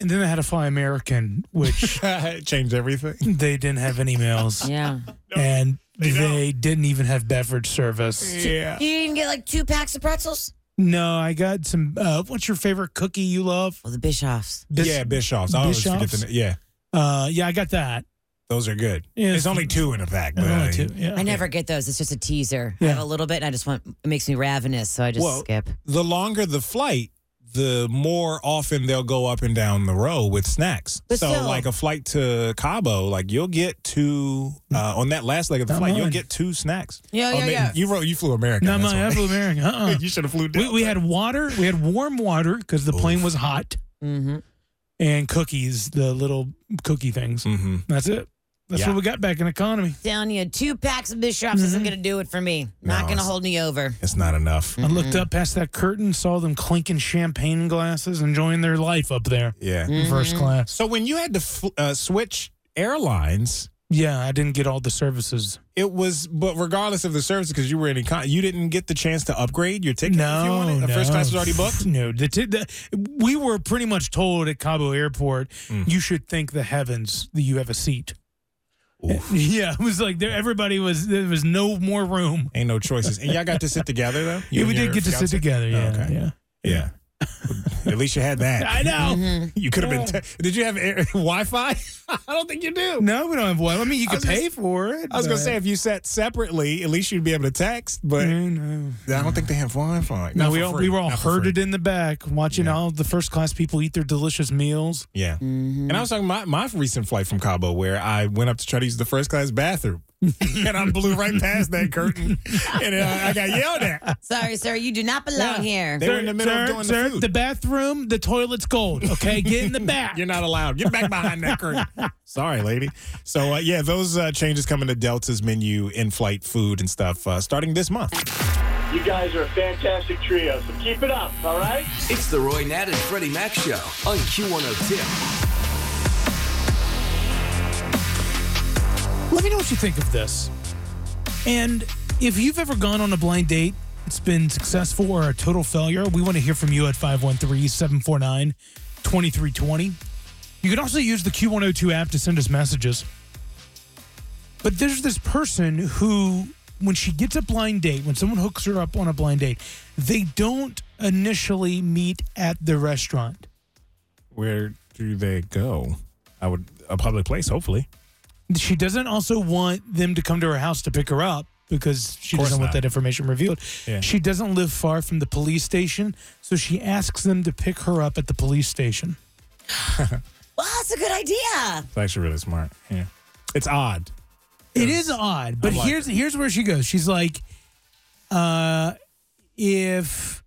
Speaker 2: And then I had to fly American, which
Speaker 4: Change everything.
Speaker 2: they didn't have any meals,
Speaker 3: yeah.
Speaker 2: and they, didn't even have beverage service.
Speaker 4: Yeah.
Speaker 3: You didn't get like two packs of pretzels?
Speaker 2: No, I got some. Uh, what's your favorite cookie you love?
Speaker 3: Well, the Bischoffs.
Speaker 2: Bis-
Speaker 4: yeah, Bischoff's. I always forget
Speaker 2: Bischoff's?
Speaker 4: the name. Yeah,
Speaker 2: Uh, yeah, I got that.
Speaker 4: those are good.
Speaker 2: Yeah,
Speaker 4: There's
Speaker 2: it's-
Speaker 4: only two in a pack, but
Speaker 2: Only
Speaker 4: uh,
Speaker 2: two, yeah.
Speaker 3: I never get those. It's just a teaser. I have
Speaker 2: Yeah.
Speaker 3: a little bit, and I just want it makes me ravenous, so I just
Speaker 4: Well,
Speaker 3: skip.
Speaker 4: the longer the flight, the more often they'll go up and down the road with snacks.
Speaker 3: But
Speaker 4: so,
Speaker 3: still-
Speaker 4: like a flight to Cabo, like you'll get two
Speaker 2: Mm.
Speaker 4: uh, on that last leg of the
Speaker 2: Not
Speaker 4: flight, you'll
Speaker 2: mine.
Speaker 4: get two snacks. Oh,
Speaker 3: Yeah, yeah,
Speaker 4: man,
Speaker 3: yeah.
Speaker 4: You wrote, you flew American.
Speaker 2: Not
Speaker 4: that's
Speaker 2: my
Speaker 4: why.
Speaker 2: Apple American. Uh-uh.
Speaker 4: you should have flew.
Speaker 2: we,
Speaker 4: Delta.
Speaker 2: we had water. We had warm water because the plane was hot,
Speaker 3: Mm-hmm.
Speaker 2: and cookies, the little cookie things.
Speaker 4: Mhm.
Speaker 2: That's it. That's
Speaker 4: Yeah.
Speaker 2: what we got back in economy.
Speaker 3: Telling you, two packs of Bischoffs isn't going to do it for me. Not going to
Speaker 4: it's-
Speaker 3: hold me over.
Speaker 4: It's not enough.
Speaker 3: Mm.
Speaker 2: I looked up past that curtain, saw them clinking champagne glasses, enjoying their life up there
Speaker 4: Yeah.
Speaker 3: Mm.
Speaker 2: in first class.
Speaker 4: So when you had to fl- uh, switch airlines,
Speaker 2: Yeah, I didn't get all the services.
Speaker 4: it was, but regardless of the service, because you were in econ, you didn't get the chance to upgrade your ticket. if you
Speaker 2: No,
Speaker 4: wanted.
Speaker 2: no.
Speaker 4: The first class was already booked.
Speaker 2: No, the t- the, we were pretty much told at Cabo Airport,
Speaker 4: Mm.
Speaker 2: you should thank the heavens that you have a seat. Yeah, it was like there. Everybody was there was no more room.
Speaker 4: Ain't no choices. And y'all got to sit together though. You
Speaker 2: yeah, we
Speaker 4: and
Speaker 2: did
Speaker 4: your
Speaker 2: get to
Speaker 4: fiancé?
Speaker 2: sit together.
Speaker 4: Oh,
Speaker 2: Yeah,
Speaker 4: okay.
Speaker 2: yeah.
Speaker 4: Yeah. At least you had that.
Speaker 2: I know.
Speaker 4: You could have been. Te- Did you have air- Wi-Fi? I don't think you do.
Speaker 2: No, we don't have one. I mean, you
Speaker 4: I
Speaker 2: could
Speaker 4: was
Speaker 2: pay
Speaker 4: just-
Speaker 2: for it.
Speaker 4: I was gonna
Speaker 2: but-
Speaker 4: say if you sat separately, at least you'd be able to text. But
Speaker 2: No, no.
Speaker 4: I don't think they have Wi-Fi.
Speaker 2: Mm-hmm. No,
Speaker 4: Not
Speaker 2: we
Speaker 4: for
Speaker 2: all,
Speaker 4: free.
Speaker 2: we were all
Speaker 4: Not for
Speaker 2: herded
Speaker 4: free.
Speaker 2: in the back watching all the first class people eat their delicious meals.
Speaker 4: Yeah. And I was talking my my recent flight from Cabo where I went up to try to use the first class bathroom. and I blew right past that curtain, and uh, I got yelled at.
Speaker 3: Sorry, sir, you do not belong here.
Speaker 4: They were in the middle
Speaker 2: sir,
Speaker 4: of doing
Speaker 2: sir,
Speaker 4: the food.
Speaker 2: bathroom, the toilet's gold. Okay, get in the back.
Speaker 4: You're not allowed. Get back behind that curtain. Sorry, lady. So uh, yeah, those uh, changes coming to Delta's menu, in-flight food and stuff, uh, starting this month.
Speaker 6: You guys are a fantastic trio, so keep it up, all right?
Speaker 1: It's the Roy Nat and Freddie Mac Show on Q102.
Speaker 2: Let me know what you think of this. And if you've ever gone on a blind date, it's been successful or a total failure, we want to hear from you at 513 749 2320. You can also use the Q102 app to send us messages. But there's this person who, when she gets a blind date, when someone hooks her up on a blind date, they don't initially meet at the restaurant.
Speaker 4: Where do they go? I would a public place, hopefully.
Speaker 2: she doesn't also want them to come to her house to pick her up because she
Speaker 4: Course
Speaker 2: doesn't want
Speaker 4: not.
Speaker 2: that information revealed.
Speaker 4: Yeah.
Speaker 2: She doesn't live far from the police station, so she asks them to pick her up at the police station.
Speaker 3: Well, that's a good idea.
Speaker 4: It's actually really smart. Yeah, it's odd.
Speaker 2: It is odd, but
Speaker 4: like
Speaker 2: here's here's where she goes. She's like, uh, if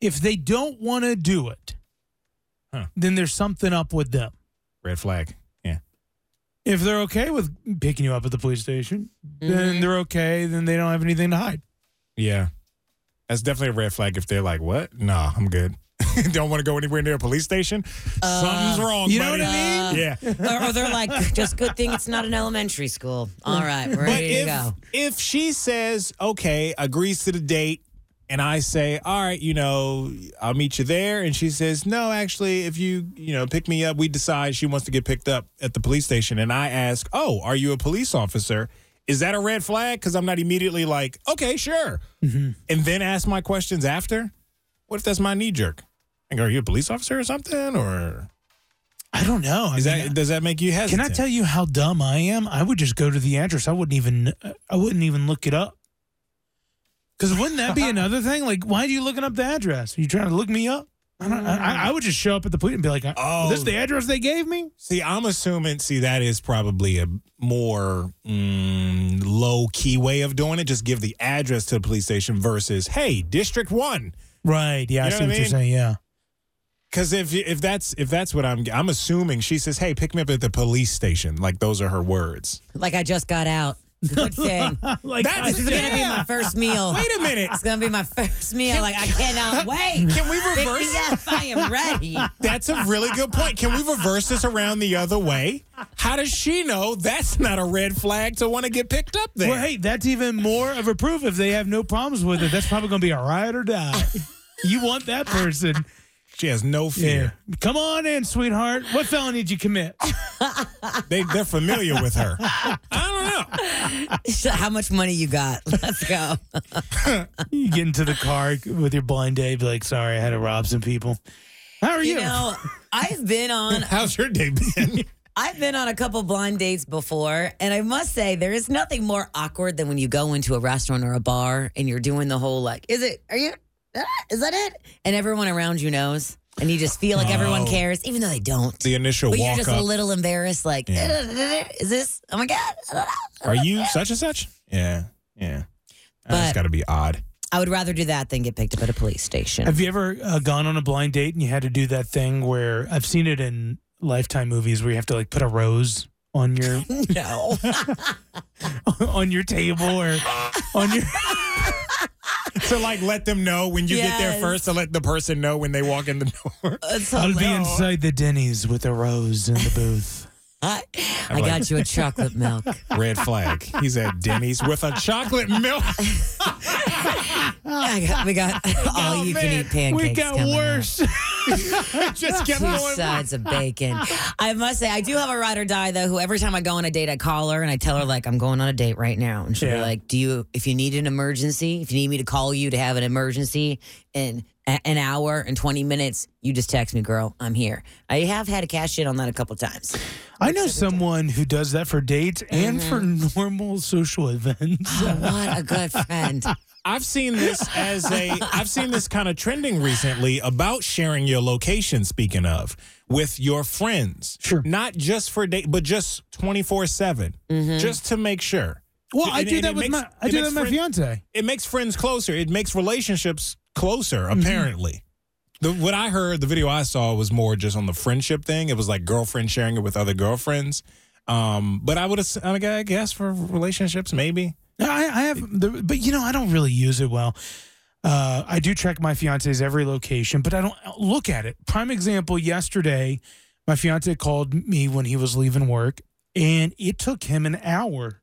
Speaker 2: if they don't want to do it,
Speaker 4: Huh.
Speaker 2: then there's something up with them.
Speaker 4: Red flag. Yeah.
Speaker 2: If they're okay with picking you up at the police station, then they're okay. Then they don't have anything to hide.
Speaker 4: Yeah. That's definitely a red flag if they're like, what? Nah, I'm good. Don't want to go anywhere near a police station. Something's wrong.
Speaker 2: Uh, you know
Speaker 4: buddy.
Speaker 2: what I
Speaker 4: Yeah.
Speaker 3: or, or they're like, just good thing it's not an elementary school. All right, we're
Speaker 4: But
Speaker 3: ready to
Speaker 4: if,
Speaker 3: go.
Speaker 4: if she says, okay, agrees to the date, and I say, all right, you know, I'll meet you there. And she says, no, actually, if you, you know, pick me up, we decide she wants to get picked up at the police station. And I ask, oh, are you a police officer? Is that a red flag? Because I'm not immediately like, okay, sure.
Speaker 2: Mm-hmm.
Speaker 4: And then ask my questions after. What if that's my knee jerk? Like, are you a police officer or something? Or
Speaker 2: I don't know. I
Speaker 4: is
Speaker 2: mean,
Speaker 4: that does that make you
Speaker 2: Can
Speaker 4: hesitant?
Speaker 2: I tell you how dumb I am? I would just go to the address. I wouldn't even I wouldn't even look it up. Cause wouldn't that be another thing? Like, why are you looking up the address? Are you trying to look me up? I, don't, I, I would just show up at the police and be like, "Oh,
Speaker 4: Oh.
Speaker 2: this is the address they gave me."
Speaker 4: See, I'm assuming. See, that is probably a more mm, low key way of doing it. Just give the address to the police station versus, hey, District One.
Speaker 2: Right? Yeah,
Speaker 4: You know
Speaker 2: I see what,
Speaker 4: what I
Speaker 2: you're
Speaker 4: mean?
Speaker 2: saying. Yeah.
Speaker 4: Because if if that's if that's what I'm I'm assuming, she says, hey, pick me up at the police station. Like those are her words.
Speaker 3: Like I just got out. Good thing.
Speaker 2: Like,
Speaker 4: That's-
Speaker 3: This is gonna be my first meal.
Speaker 4: Wait a minute.
Speaker 3: It's gonna be my first meal. Like I cannot wait.
Speaker 4: Can we
Speaker 3: Pick me
Speaker 4: reverse?
Speaker 3: up. I am ready.
Speaker 4: That's a really good point. Can we reverse this around the other way? How does she know that's not a red flag to want to get picked up there?
Speaker 2: well, hey, that's even more of a proof. If they have no problems with it, that's probably going to be a ride or die. you want that person?
Speaker 4: She has no
Speaker 2: Yeah.
Speaker 4: fear.
Speaker 2: Come on in, sweetheart. What felony did you commit?
Speaker 4: They they're familiar with her. I don't know.
Speaker 3: So how much money you got? Let's go.
Speaker 2: You get into the car with your blind date, be like, sorry, I had to rob some people. How are you?
Speaker 3: You know, I've been on
Speaker 4: How's your day been?
Speaker 3: I've been on a couple blind dates before, and I must say there is nothing more awkward than when you go into a restaurant or a bar and you're doing the whole like, is it? Are you? ah, Is that it? And everyone around you knows, and you just feel like everyone
Speaker 4: Oh.
Speaker 3: cares, even though they don't.
Speaker 4: the initial
Speaker 3: but you're
Speaker 4: walk
Speaker 3: just
Speaker 4: up.
Speaker 3: a little embarrassed, like, is this? Oh my god! I don't know."
Speaker 4: Are you such and such? Yeah, yeah. That's
Speaker 3: But-
Speaker 4: got to be odd.
Speaker 3: I would rather do that than get picked up at a police station.
Speaker 2: Have you ever uh, gone on a blind date and you had to do that thing where I've seen it in Lifetime movies where you have to like put a rose on your
Speaker 3: no,
Speaker 2: on your table or on your
Speaker 4: To like let them know when you get there
Speaker 3: Yes.
Speaker 4: first, to let the person know when they walk in the door.
Speaker 3: It's
Speaker 2: I'll be
Speaker 3: hilarious.
Speaker 2: inside the Denny's with a rose in the booth.
Speaker 3: I, I got you a chocolate milk.
Speaker 4: Red flag. He's at Denny's with a chocolate milk.
Speaker 3: I got, we got all you can eat pancakes.
Speaker 2: Oh, we got
Speaker 3: coming up.
Speaker 2: worse.
Speaker 4: Just kept
Speaker 3: Two
Speaker 4: going.
Speaker 3: sides of bacon. I must say, I do have a ride or die though. Who every time I go on a date, I call her and I tell her like I'm going on a date right now, and she'll be
Speaker 2: Yeah.
Speaker 3: like, "Do you? If you need an emergency, if you need me to call you to have an emergency in a- an hour and twenty minutes, you just text me, girl. I'm here. I have had a cash in on that a couple times.
Speaker 2: I know someone who does that for dates and for normal social events.
Speaker 3: Oh, what a good friend.
Speaker 4: I've seen this as a I've seen this kind of trending recently about sharing your location speaking of with your friends.
Speaker 2: Sure.
Speaker 3: Mm-hmm.
Speaker 4: Not just for date but just 24/7. Just to make sure.
Speaker 2: Well, I
Speaker 4: And-
Speaker 2: do
Speaker 4: and
Speaker 2: that
Speaker 4: it
Speaker 2: with
Speaker 4: makes-
Speaker 2: my I do that
Speaker 4: it makes
Speaker 2: with my
Speaker 4: friend-
Speaker 2: fiance.
Speaker 4: It makes friends closer. It makes relationships closer.
Speaker 2: Mm-hmm.
Speaker 4: Apparently, the, what I heard, the video I saw was more just on the friendship thing. It was like girlfriend sharing it with other girlfriends. Um, but I would, ass- I mean, I guess for relationships, maybe.
Speaker 2: No, I, I have, the, but you know, I don't really use it well. Uh, I do track my fiance's every location, but I don't look at it. Prime example: yesterday, my fiance called me when he was leaving work, and it took him an hour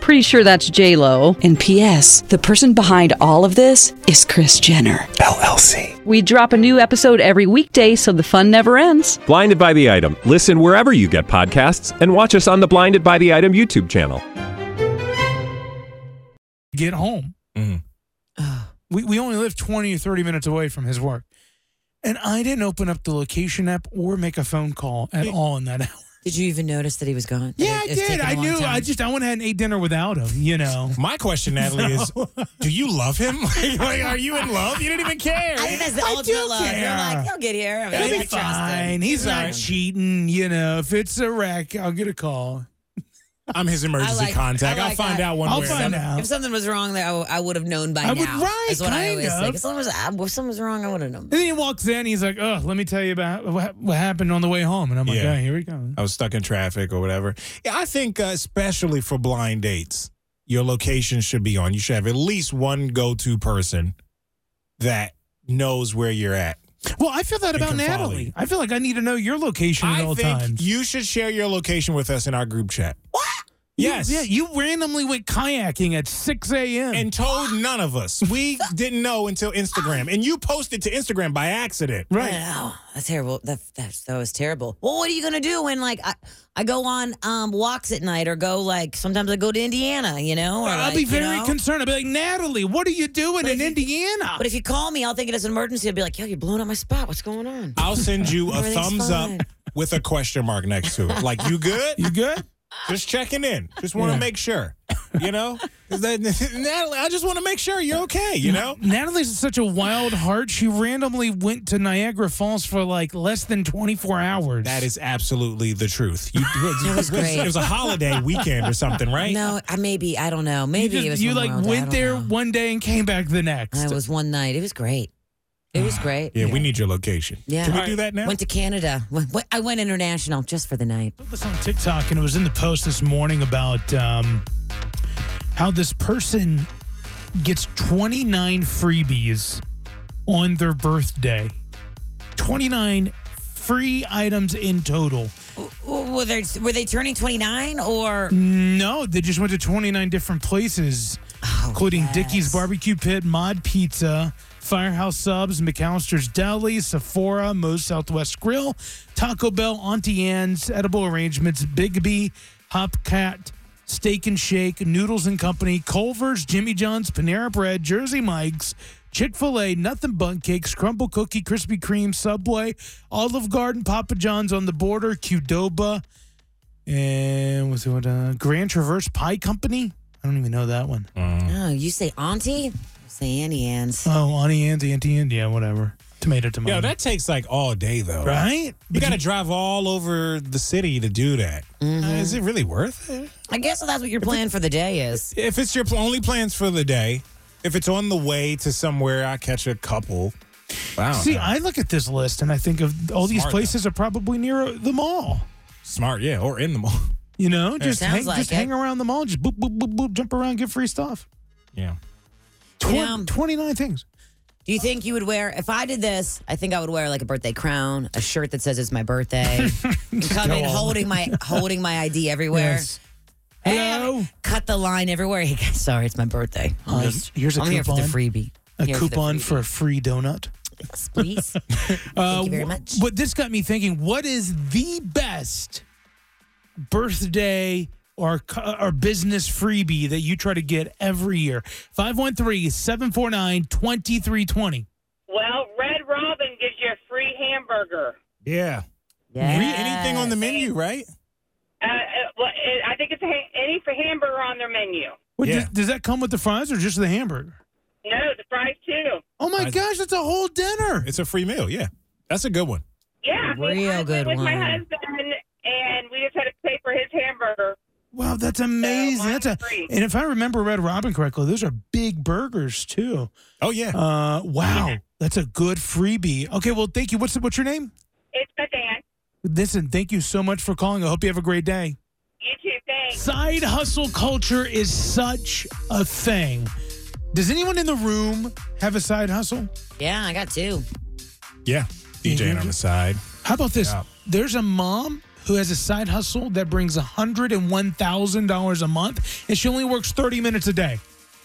Speaker 7: Pretty sure that's J Lo. And P.S. The person behind all of this is Chris Jenner.
Speaker 8: LLC.
Speaker 7: We drop a new episode every weekday, so the fun never ends.
Speaker 8: Blinded by the item. Listen wherever you get podcasts, and watch us on the Blinded by the Item YouTube channel.
Speaker 2: get home.
Speaker 4: Mhm.
Speaker 2: we, we only live 20 or 30 minutes away from his work. And I didn't open up the location app or make a phone call at all in that hour.
Speaker 3: Did you even notice that he was gone? That
Speaker 2: Yeah,
Speaker 3: it-
Speaker 2: I
Speaker 3: it's
Speaker 2: did.
Speaker 3: taken a
Speaker 2: I
Speaker 3: long
Speaker 2: knew. I
Speaker 3: time?
Speaker 2: just, I went ahead and ate dinner without him, you know.
Speaker 4: My question, Natalie, is: Do you love him? like, like, are you in love? You didn't even care.
Speaker 3: I think that's the
Speaker 4: I do
Speaker 3: ultimate love.
Speaker 4: care.
Speaker 3: You're like, he'll get here. I mean,
Speaker 4: It'll
Speaker 3: I
Speaker 4: be
Speaker 3: trust him.
Speaker 2: Fine. He's not cheating, you know. If it's a wreck, I'll get a call.
Speaker 4: I'm his emergency
Speaker 3: I like-
Speaker 4: contact.
Speaker 3: I
Speaker 4: I'll
Speaker 3: like
Speaker 4: find
Speaker 3: that.
Speaker 4: out one
Speaker 2: I'll
Speaker 4: way or
Speaker 2: find
Speaker 4: another.
Speaker 2: out.
Speaker 3: If something was wrong, there, I, w- I would have known by
Speaker 2: I would-
Speaker 3: now.
Speaker 2: right,
Speaker 3: Is what I
Speaker 2: kind
Speaker 3: always
Speaker 2: of.
Speaker 3: think. If something was, I- if something was wrong, I would have known.
Speaker 2: And then he walks in. He's like, oh, let me tell you about what, what happened on the way home. And I'm like,
Speaker 4: Yeah.
Speaker 2: oh, here we go.
Speaker 4: I was stuck in traffic or whatever. Yeah, I think uh, especially for blind dates, your location should be on. You should have at least one go-to person that knows where you're at.
Speaker 2: Well, I feel that
Speaker 4: They
Speaker 2: about
Speaker 4: can follow
Speaker 2: Natalie.
Speaker 4: you.
Speaker 2: I feel like I need to know your location at
Speaker 4: I
Speaker 2: all
Speaker 4: think
Speaker 2: times.
Speaker 4: you should share your location with us in our group chat. What?
Speaker 2: You-
Speaker 4: Yes.
Speaker 2: yeah, you randomly went kayaking at 6 a.m.
Speaker 4: and told none of us. We didn't know until Instagram, and you posted to Instagram by accident.
Speaker 2: right.
Speaker 3: Wow, that's terrible. That, that that was terrible. Well, what are you gonna do when like I, I go on um walks at night or go like sometimes I go to Indiana, you know? Or,
Speaker 2: I'll
Speaker 3: like,
Speaker 2: be
Speaker 3: you
Speaker 2: very
Speaker 3: know?
Speaker 2: concerned. I'll be like, Natalie, what are you doing in
Speaker 3: if you-
Speaker 2: Indiana?
Speaker 3: But if you call me, I'll think it is an emergency. I'll be like, yo, you're blowing up my spot. What's going on?
Speaker 4: I'll send you a
Speaker 3: Everything's
Speaker 4: thumbs
Speaker 3: fine.
Speaker 4: up with a question mark next to it. Like, you good?
Speaker 2: you good?
Speaker 4: Just checking in. Just want to
Speaker 2: Yeah.
Speaker 4: make sure. You know? 'Cause that- Natalie, I just want to make sure you're okay, you know?
Speaker 2: Natalie's such a wild heart. She randomly went to Niagara Falls for like less than 24 hours.
Speaker 4: That is absolutely the truth. You,
Speaker 3: That was great.
Speaker 4: It was a holiday weekend or something, right?
Speaker 3: No, I maybe I don't know.
Speaker 2: You,
Speaker 3: Maybe
Speaker 2: just-
Speaker 3: it was
Speaker 2: you
Speaker 3: somewhere
Speaker 2: like
Speaker 3: else. I
Speaker 2: went
Speaker 3: don't
Speaker 2: there
Speaker 3: know.
Speaker 2: one day and came back the next.
Speaker 3: I was one night. It was great. It
Speaker 2: Ah,
Speaker 3: was great.
Speaker 4: Yeah, we need your location.
Speaker 3: Yeah.
Speaker 4: Can we do that now?
Speaker 3: Went to Canada. Went- went- I went international just for the night.
Speaker 2: this on TikTok, and it was in the post this morning about um, how this person gets 29 freebies on their birthday. 29 free items in total.
Speaker 3: Were they, were they turning 29 or?
Speaker 2: No, they just went to 29 different places, including Dickie's Barbecue Pit, Mod Pizza, Firehouse Subs, McAllister's Deli, Sephora, Moe's Southwest Grill, Taco Bell, Auntie Anne's, Edible Arrangements, Bigby, Hopcat, Steak and Shake, Noodles and Company, Culver's, Jimmy John's, Panera Bread, Jersey Mike's, Chick fil A, Nothing Bun Cakes, Crumble Cookie, Krispy Kreme, Subway, Olive Garden, Papa John's on the Border, Qdoba, and what's it what uh Grand Traverse Pie Company? I don't even know that one.
Speaker 3: Oh, you say auntie? I say Annie Ann's.
Speaker 2: Oh, Auntie Anne's, Auntie Anne, yeah, whatever. Tomato, tomato.
Speaker 4: Yo, that takes like all day, though.
Speaker 2: right?
Speaker 4: You got to drive all over the city to do that. Uh,
Speaker 3: Mm-hmm.
Speaker 4: Is it really worth it?
Speaker 3: I guess that's what your plan for the day is.
Speaker 4: If it's your pl- only plans for the day, if it's on the way to somewhere, I catch a couple. Wow.
Speaker 2: See, I look at this list and I think of all these
Speaker 4: Smart,
Speaker 2: places are probably near the mall.
Speaker 4: smart, yeah, or in the mall.
Speaker 2: You know, just
Speaker 3: Sounds
Speaker 2: hang,
Speaker 3: like
Speaker 2: just
Speaker 3: it.
Speaker 2: hang around the mall, just boop, boop, boop, boop, jump around, get free stuff.
Speaker 4: Yeah.
Speaker 2: Twen-
Speaker 3: Yeah.
Speaker 2: 29 things.
Speaker 3: Do you think you would wear, if I did this, I think I would wear like a birthday crown, a shirt that says it's my birthday, and come in
Speaker 2: Go on.
Speaker 3: holding my, holding my ID everywhere.
Speaker 2: Yes.
Speaker 3: Hey,
Speaker 2: Hello?
Speaker 3: cut the line everywhere. Hey, guys, sorry, it's my birthday.
Speaker 2: Hi, here's a
Speaker 3: I'm here for the
Speaker 2: coupon.
Speaker 3: freebie.
Speaker 2: A
Speaker 3: Here for the
Speaker 2: coupon
Speaker 3: freebie.
Speaker 2: for a free donut.
Speaker 3: Yes, please. Thank you very
Speaker 4: Uh,
Speaker 3: much.
Speaker 2: But Uh, this got me thinking: what is the best birthday or co- or business freebie that you try to get every year? 513-749-2320.
Speaker 6: Well, Red Robin gives you a free hamburger.
Speaker 4: Yeah. Re-
Speaker 3: Yes.
Speaker 4: anything on the menu, right?
Speaker 6: Uh, uh, well, it, I think it's a ha- any for
Speaker 9: their menu.
Speaker 2: Wait,
Speaker 4: Yeah.
Speaker 2: does, does that come with the fries or just the hamburger?
Speaker 9: No, the fries too.
Speaker 2: Oh my
Speaker 4: Fries.
Speaker 2: gosh, that's a whole dinner.
Speaker 4: It's a free meal. Yeah, that's a good one.
Speaker 9: Yeah, I mean,
Speaker 3: Real
Speaker 9: I
Speaker 3: good
Speaker 9: went with my
Speaker 3: one.
Speaker 9: husband, and we just had to pay for his hamburger.
Speaker 2: Wow, that's amazing.
Speaker 9: mine's
Speaker 2: That's a,
Speaker 9: free.
Speaker 2: and if I remember Red Robin correctly, those are big burgers too.
Speaker 4: Oh yeah.
Speaker 2: Uh, wow, that's a good freebie. Okay, well, thank you. What's what's your name?
Speaker 9: It's Bethan.
Speaker 2: Listen, thank you so much for calling. I hope you have a great day.
Speaker 9: You too. Thanks.
Speaker 2: Side hustle culture is such a thing. Does anyone in the room have a side hustle?
Speaker 3: Yeah, I got two.
Speaker 4: yeah. DJing
Speaker 2: Mhm.
Speaker 4: on the side.
Speaker 2: How about this?
Speaker 4: Yeah.
Speaker 2: There's a mom who has a side hustle that brings $101,000 a month and she only works 30 minutes a day,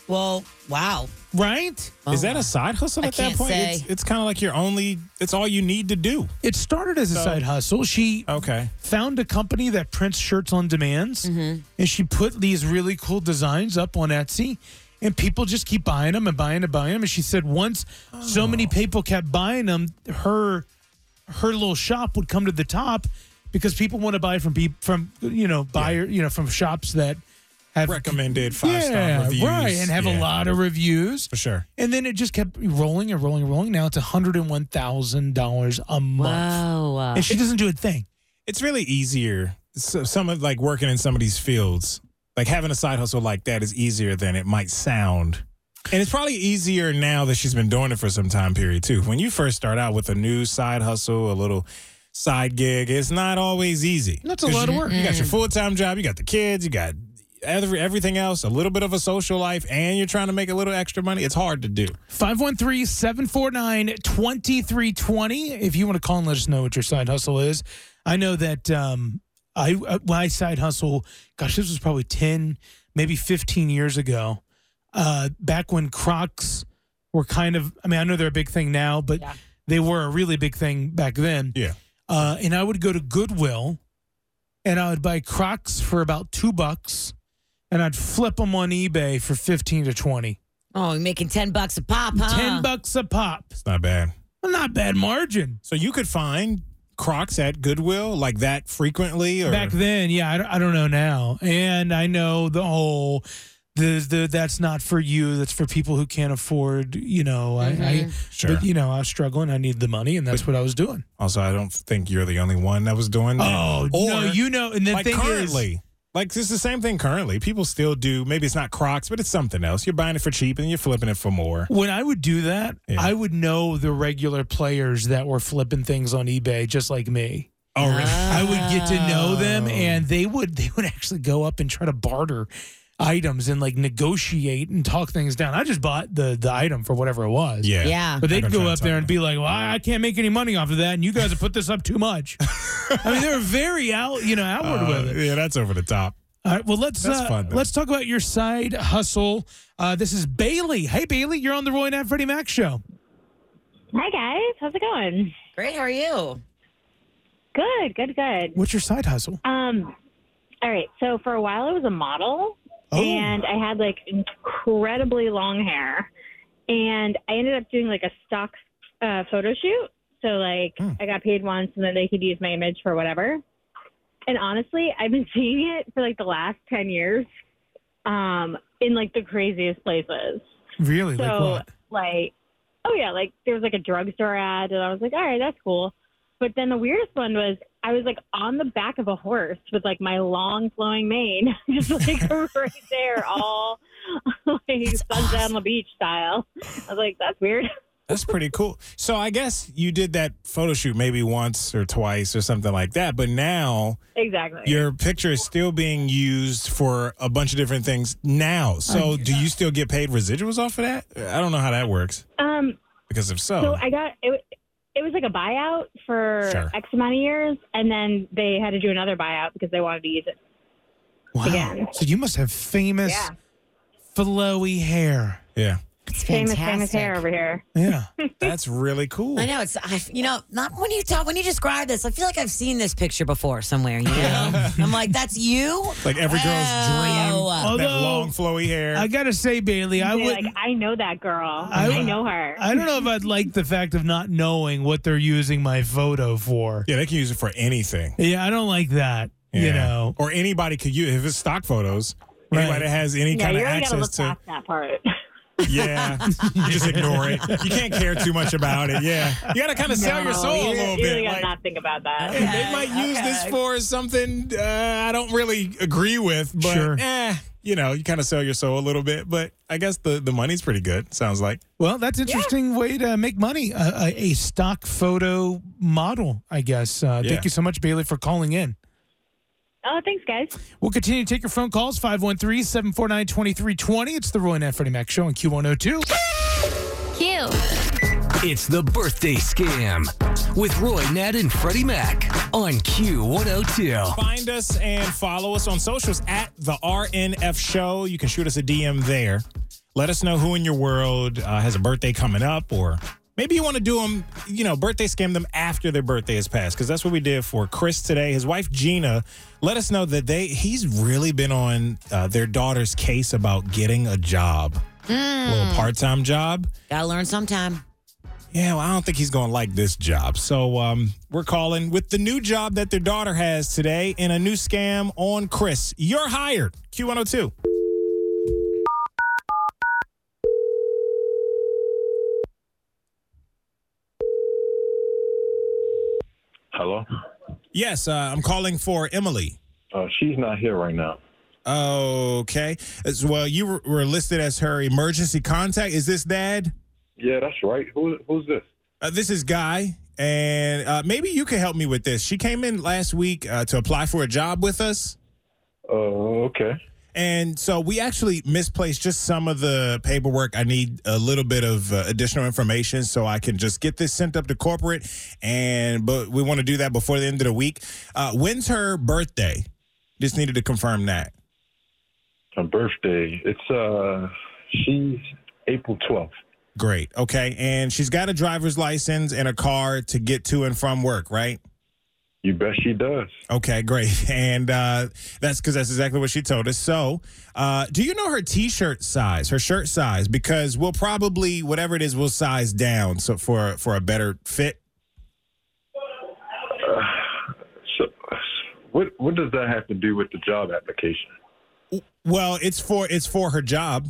Speaker 3: Well, wow.
Speaker 2: right?
Speaker 4: Is that a side hustle
Speaker 3: Oh. I
Speaker 4: at that
Speaker 3: can't
Speaker 4: point?
Speaker 3: say.
Speaker 4: It's, it's kind of like your only. It's all you need to do.
Speaker 2: It started as a
Speaker 4: So-
Speaker 2: side hustle. She
Speaker 4: Okay.
Speaker 2: found a company that prints shirts on demands
Speaker 4: Mm-hmm.
Speaker 2: and she put these really cool designs up on Etsy and people just keep buying them and buying and buying them and she said once so many
Speaker 4: Oh.
Speaker 2: people kept buying them her her little shop would come to the top because people want to buy from people from you know buyer you know from shops that have
Speaker 4: Recommended five
Speaker 2: yeah,
Speaker 4: star reviews.
Speaker 2: right and have
Speaker 4: Yeah,
Speaker 2: a lot of reviews
Speaker 4: for sure.
Speaker 2: and then it just kept rolling and rolling and rolling now it's $101,000 a month
Speaker 3: Wow.
Speaker 2: and she doesn't do a thing
Speaker 4: It's really easier. So, some of like working in some of these fields, like having a side hustle like that is easier than it might sound. And it's probably easier now that she's been doing it for some time period too. When you first start out with a new side hustle, a little side gig, it's not always easy.
Speaker 2: That's a
Speaker 4: 'Cause
Speaker 2: lot of
Speaker 4: you-
Speaker 2: work. Mm.
Speaker 4: You got your full time job, you got the kids, you got every, everything else, a little bit of a social life, and you're trying to make a little extra money. It's hard to do.
Speaker 2: 513 749 2320. If you want to call and let us know what your side hustle is, I know that um, I uh, my side hustle, gosh, this was probably 10, maybe 15 years ago, uh, back when Crocs were kind of, I mean, I know they're a big thing now, but they were a really big thing back then.
Speaker 4: Yeah.
Speaker 2: Uh, and I would go to Goodwill and I would buy Crocs for about two bucks and I'd flip them on eBay for 15 to 20.
Speaker 3: Oh, you're making 10 bucks a pop, huh?
Speaker 2: 10 bucks a pop.
Speaker 4: It's not bad.
Speaker 2: Well, not bad margin.
Speaker 4: So you could find Crocs at Goodwill like that frequently, or
Speaker 2: Back then, yeah, I don't, I don't know now. And I know the whole the, the that's not for you. That's for people who can't afford. You know, I, I
Speaker 4: Sure.
Speaker 2: but you know, I was struggling. I needed the money, and that's what I was doing.
Speaker 4: Also, I don't think you're the only one that was doing that.
Speaker 2: Oh
Speaker 4: or,
Speaker 2: no, you know. And the
Speaker 4: like
Speaker 2: thing
Speaker 4: currently. like it's the same thing currently. People still do. Maybe it's not Crocs, but it's something else. You're buying it for cheap and you're flipping it for more.
Speaker 2: is, when I would do that,
Speaker 4: Yeah.
Speaker 2: I would know the regular players that were flipping things on eBay, just like me.
Speaker 4: Oh, really?
Speaker 2: I would get to know them,
Speaker 4: Oh.
Speaker 2: and they would they would actually go up and try to barter items and like negotiate and talk things down. I just bought the the item for whatever it was.
Speaker 4: Yeah.
Speaker 3: Yeah.
Speaker 2: But
Speaker 4: I'm
Speaker 2: they'd
Speaker 4: gonna
Speaker 2: go
Speaker 4: try
Speaker 2: up
Speaker 4: something.
Speaker 2: there and be like, "Well, I I can't make any money off of that, and you guys have put this up too much." I mean, they were very out, you know, outward
Speaker 4: Uh,
Speaker 2: with it.
Speaker 4: yeah, that's over the top.
Speaker 2: All right, well, let's
Speaker 4: That's
Speaker 2: uh,
Speaker 4: fun, though.
Speaker 2: let's talk about your side hustle. Uh, this is Bailey. Hey, Bailey, you're on the Roy and Freddie Mac show.
Speaker 5: Hi guys, how's it going?
Speaker 3: Great. How are you?
Speaker 5: Good, good, good.
Speaker 2: What's your side hustle?
Speaker 5: Um, all right. So for a while, I was a model,
Speaker 2: Oh.
Speaker 5: and I had like incredibly long hair, and I ended up doing like a stock uh, photo shoot. So like I got paid once, and then they could use my image for whatever. And honestly, I've been seeing it for like the last ten years, um, in like the craziest places.
Speaker 2: Really?
Speaker 5: So,
Speaker 2: like what?
Speaker 5: like, oh yeah, like there was like a drugstore ad, and I was like, all right, that's cool. But then the weirdest one was I was like on the back of a horse with like my long flowing mane, just like right there, all like sunset on the beach style. I was like, that's weird.
Speaker 4: That's pretty cool. So I guess you did that photo shoot maybe once or twice or something like that. But now
Speaker 5: exactly.
Speaker 4: your picture is still being used for a bunch of different things now.
Speaker 5: Oh,
Speaker 4: So do you still get paid residuals off of that? I don't know how that works.
Speaker 5: um,
Speaker 4: Because if so,
Speaker 5: so I got it. It was like a buyout for
Speaker 4: Oh. Sure.
Speaker 5: X amount of years, and then they had to do another buyout because they wanted to use it.
Speaker 2: Wow.
Speaker 5: again.
Speaker 2: So you must have famous
Speaker 5: Yeah.
Speaker 2: flowy hair.
Speaker 4: yeah,
Speaker 3: It's
Speaker 5: Famous,
Speaker 3: fantastic.
Speaker 5: famous hair over here.
Speaker 2: Yeah.
Speaker 4: that's really cool.
Speaker 3: I know it's I, you know not when you talk when you describe this I feel like I've seen this picture before somewhere you know I'm like that's you
Speaker 4: Like every girl's
Speaker 5: Oh,
Speaker 3: Wow.
Speaker 4: dream, that
Speaker 2: Although-
Speaker 4: long flowy hair.
Speaker 2: I gotta say, Bailey, I
Speaker 5: They're
Speaker 2: would.
Speaker 5: like, I know that girl.
Speaker 2: I
Speaker 5: I,
Speaker 2: would-
Speaker 5: know her.
Speaker 2: I don't know if I'd like the fact of not knowing what they're using my photo for.
Speaker 4: yeah, they can use it for anything.
Speaker 2: Yeah, I don't like that. You
Speaker 4: Yeah.
Speaker 2: know.
Speaker 4: or anybody could use if it's stock photos. Anybody that has any
Speaker 5: yeah,
Speaker 4: kind
Speaker 5: you
Speaker 4: of
Speaker 5: really gotta
Speaker 4: access
Speaker 5: look
Speaker 4: to.
Speaker 5: past that part.
Speaker 4: Yeah, just ignore it. You can't care too much about it. Yeah, you got to kind of sell your
Speaker 5: No,
Speaker 4: soul
Speaker 5: Oh, you
Speaker 4: a
Speaker 5: re-
Speaker 4: little
Speaker 5: you really
Speaker 4: bit.
Speaker 5: gotta
Speaker 4: Like,
Speaker 5: not think about that.
Speaker 4: hey, they might use this for something uh, I don't really agree with, but
Speaker 2: Sure.
Speaker 4: eh, you know, you kind of sell your soul a little bit. But I guess the the money's pretty good. Sounds like.
Speaker 2: Well, that's interesting way to make money. A, a, a stock photo model, I guess. Uh,
Speaker 4: Yeah.
Speaker 2: Thank you so much, Bailey, for calling in.
Speaker 5: Oh, thanks, guys.
Speaker 2: We'll continue to take your phone calls 513 749 2320. It's the Roy and Freddie Mac Show on Q102.
Speaker 10: Cute.
Speaker 1: It's the birthday scam with Roy Nat and Freddie Mac on Q102.
Speaker 4: Find us and follow us on socials at the RNF Show. You can shoot us a DM there. Let us know who in your world uh, has a birthday coming up, or maybe you want to do them, you know, birthday scam them after their birthday is passed, because that's what we did for Chris today. His wife Gina let us know that they he's really been on uh, their daughter's case about getting a job, a little part time job.
Speaker 3: Gotta learn sometime.
Speaker 4: Yeah, well, I don't think he's going to like this job. So um, we're calling with the new job that their daughter has today in a new scam on Chris. You're hired. Q102.
Speaker 11: Hello.
Speaker 4: Yes, uh, I'm calling for Emily.
Speaker 11: Uh, she's not here right now.
Speaker 4: Okay. As well, you were- were listed as her emergency contact. Is this dad?
Speaker 11: Yeah, that's right. Who, who's this?
Speaker 4: Uh, this is Guy. And uh, maybe you can help me with this. She came in last week uh, to apply for a job with us.
Speaker 11: Oh, okay.
Speaker 4: And so we actually misplaced just some of the paperwork. I need a little bit of uh, additional information so I can just get this sent up to corporate. And but we want to do that before the end of the week. Uh, when's her birthday? Just needed to confirm that.
Speaker 11: Her birthday. It's uh, she's April twelfth.
Speaker 4: Great. Okay. And she's got a driver's license and a car to get to and from work, right?
Speaker 11: You bet she does.
Speaker 4: Okay, great. And uh, that's because that's exactly what she told us. So, uh, do you know her T-shirt size, her shirt size? Because we'll probably whatever it is, we'll size down so for for a better fit.
Speaker 11: So, what what does that have to do with the job application?
Speaker 4: Well, it's for it's for her job.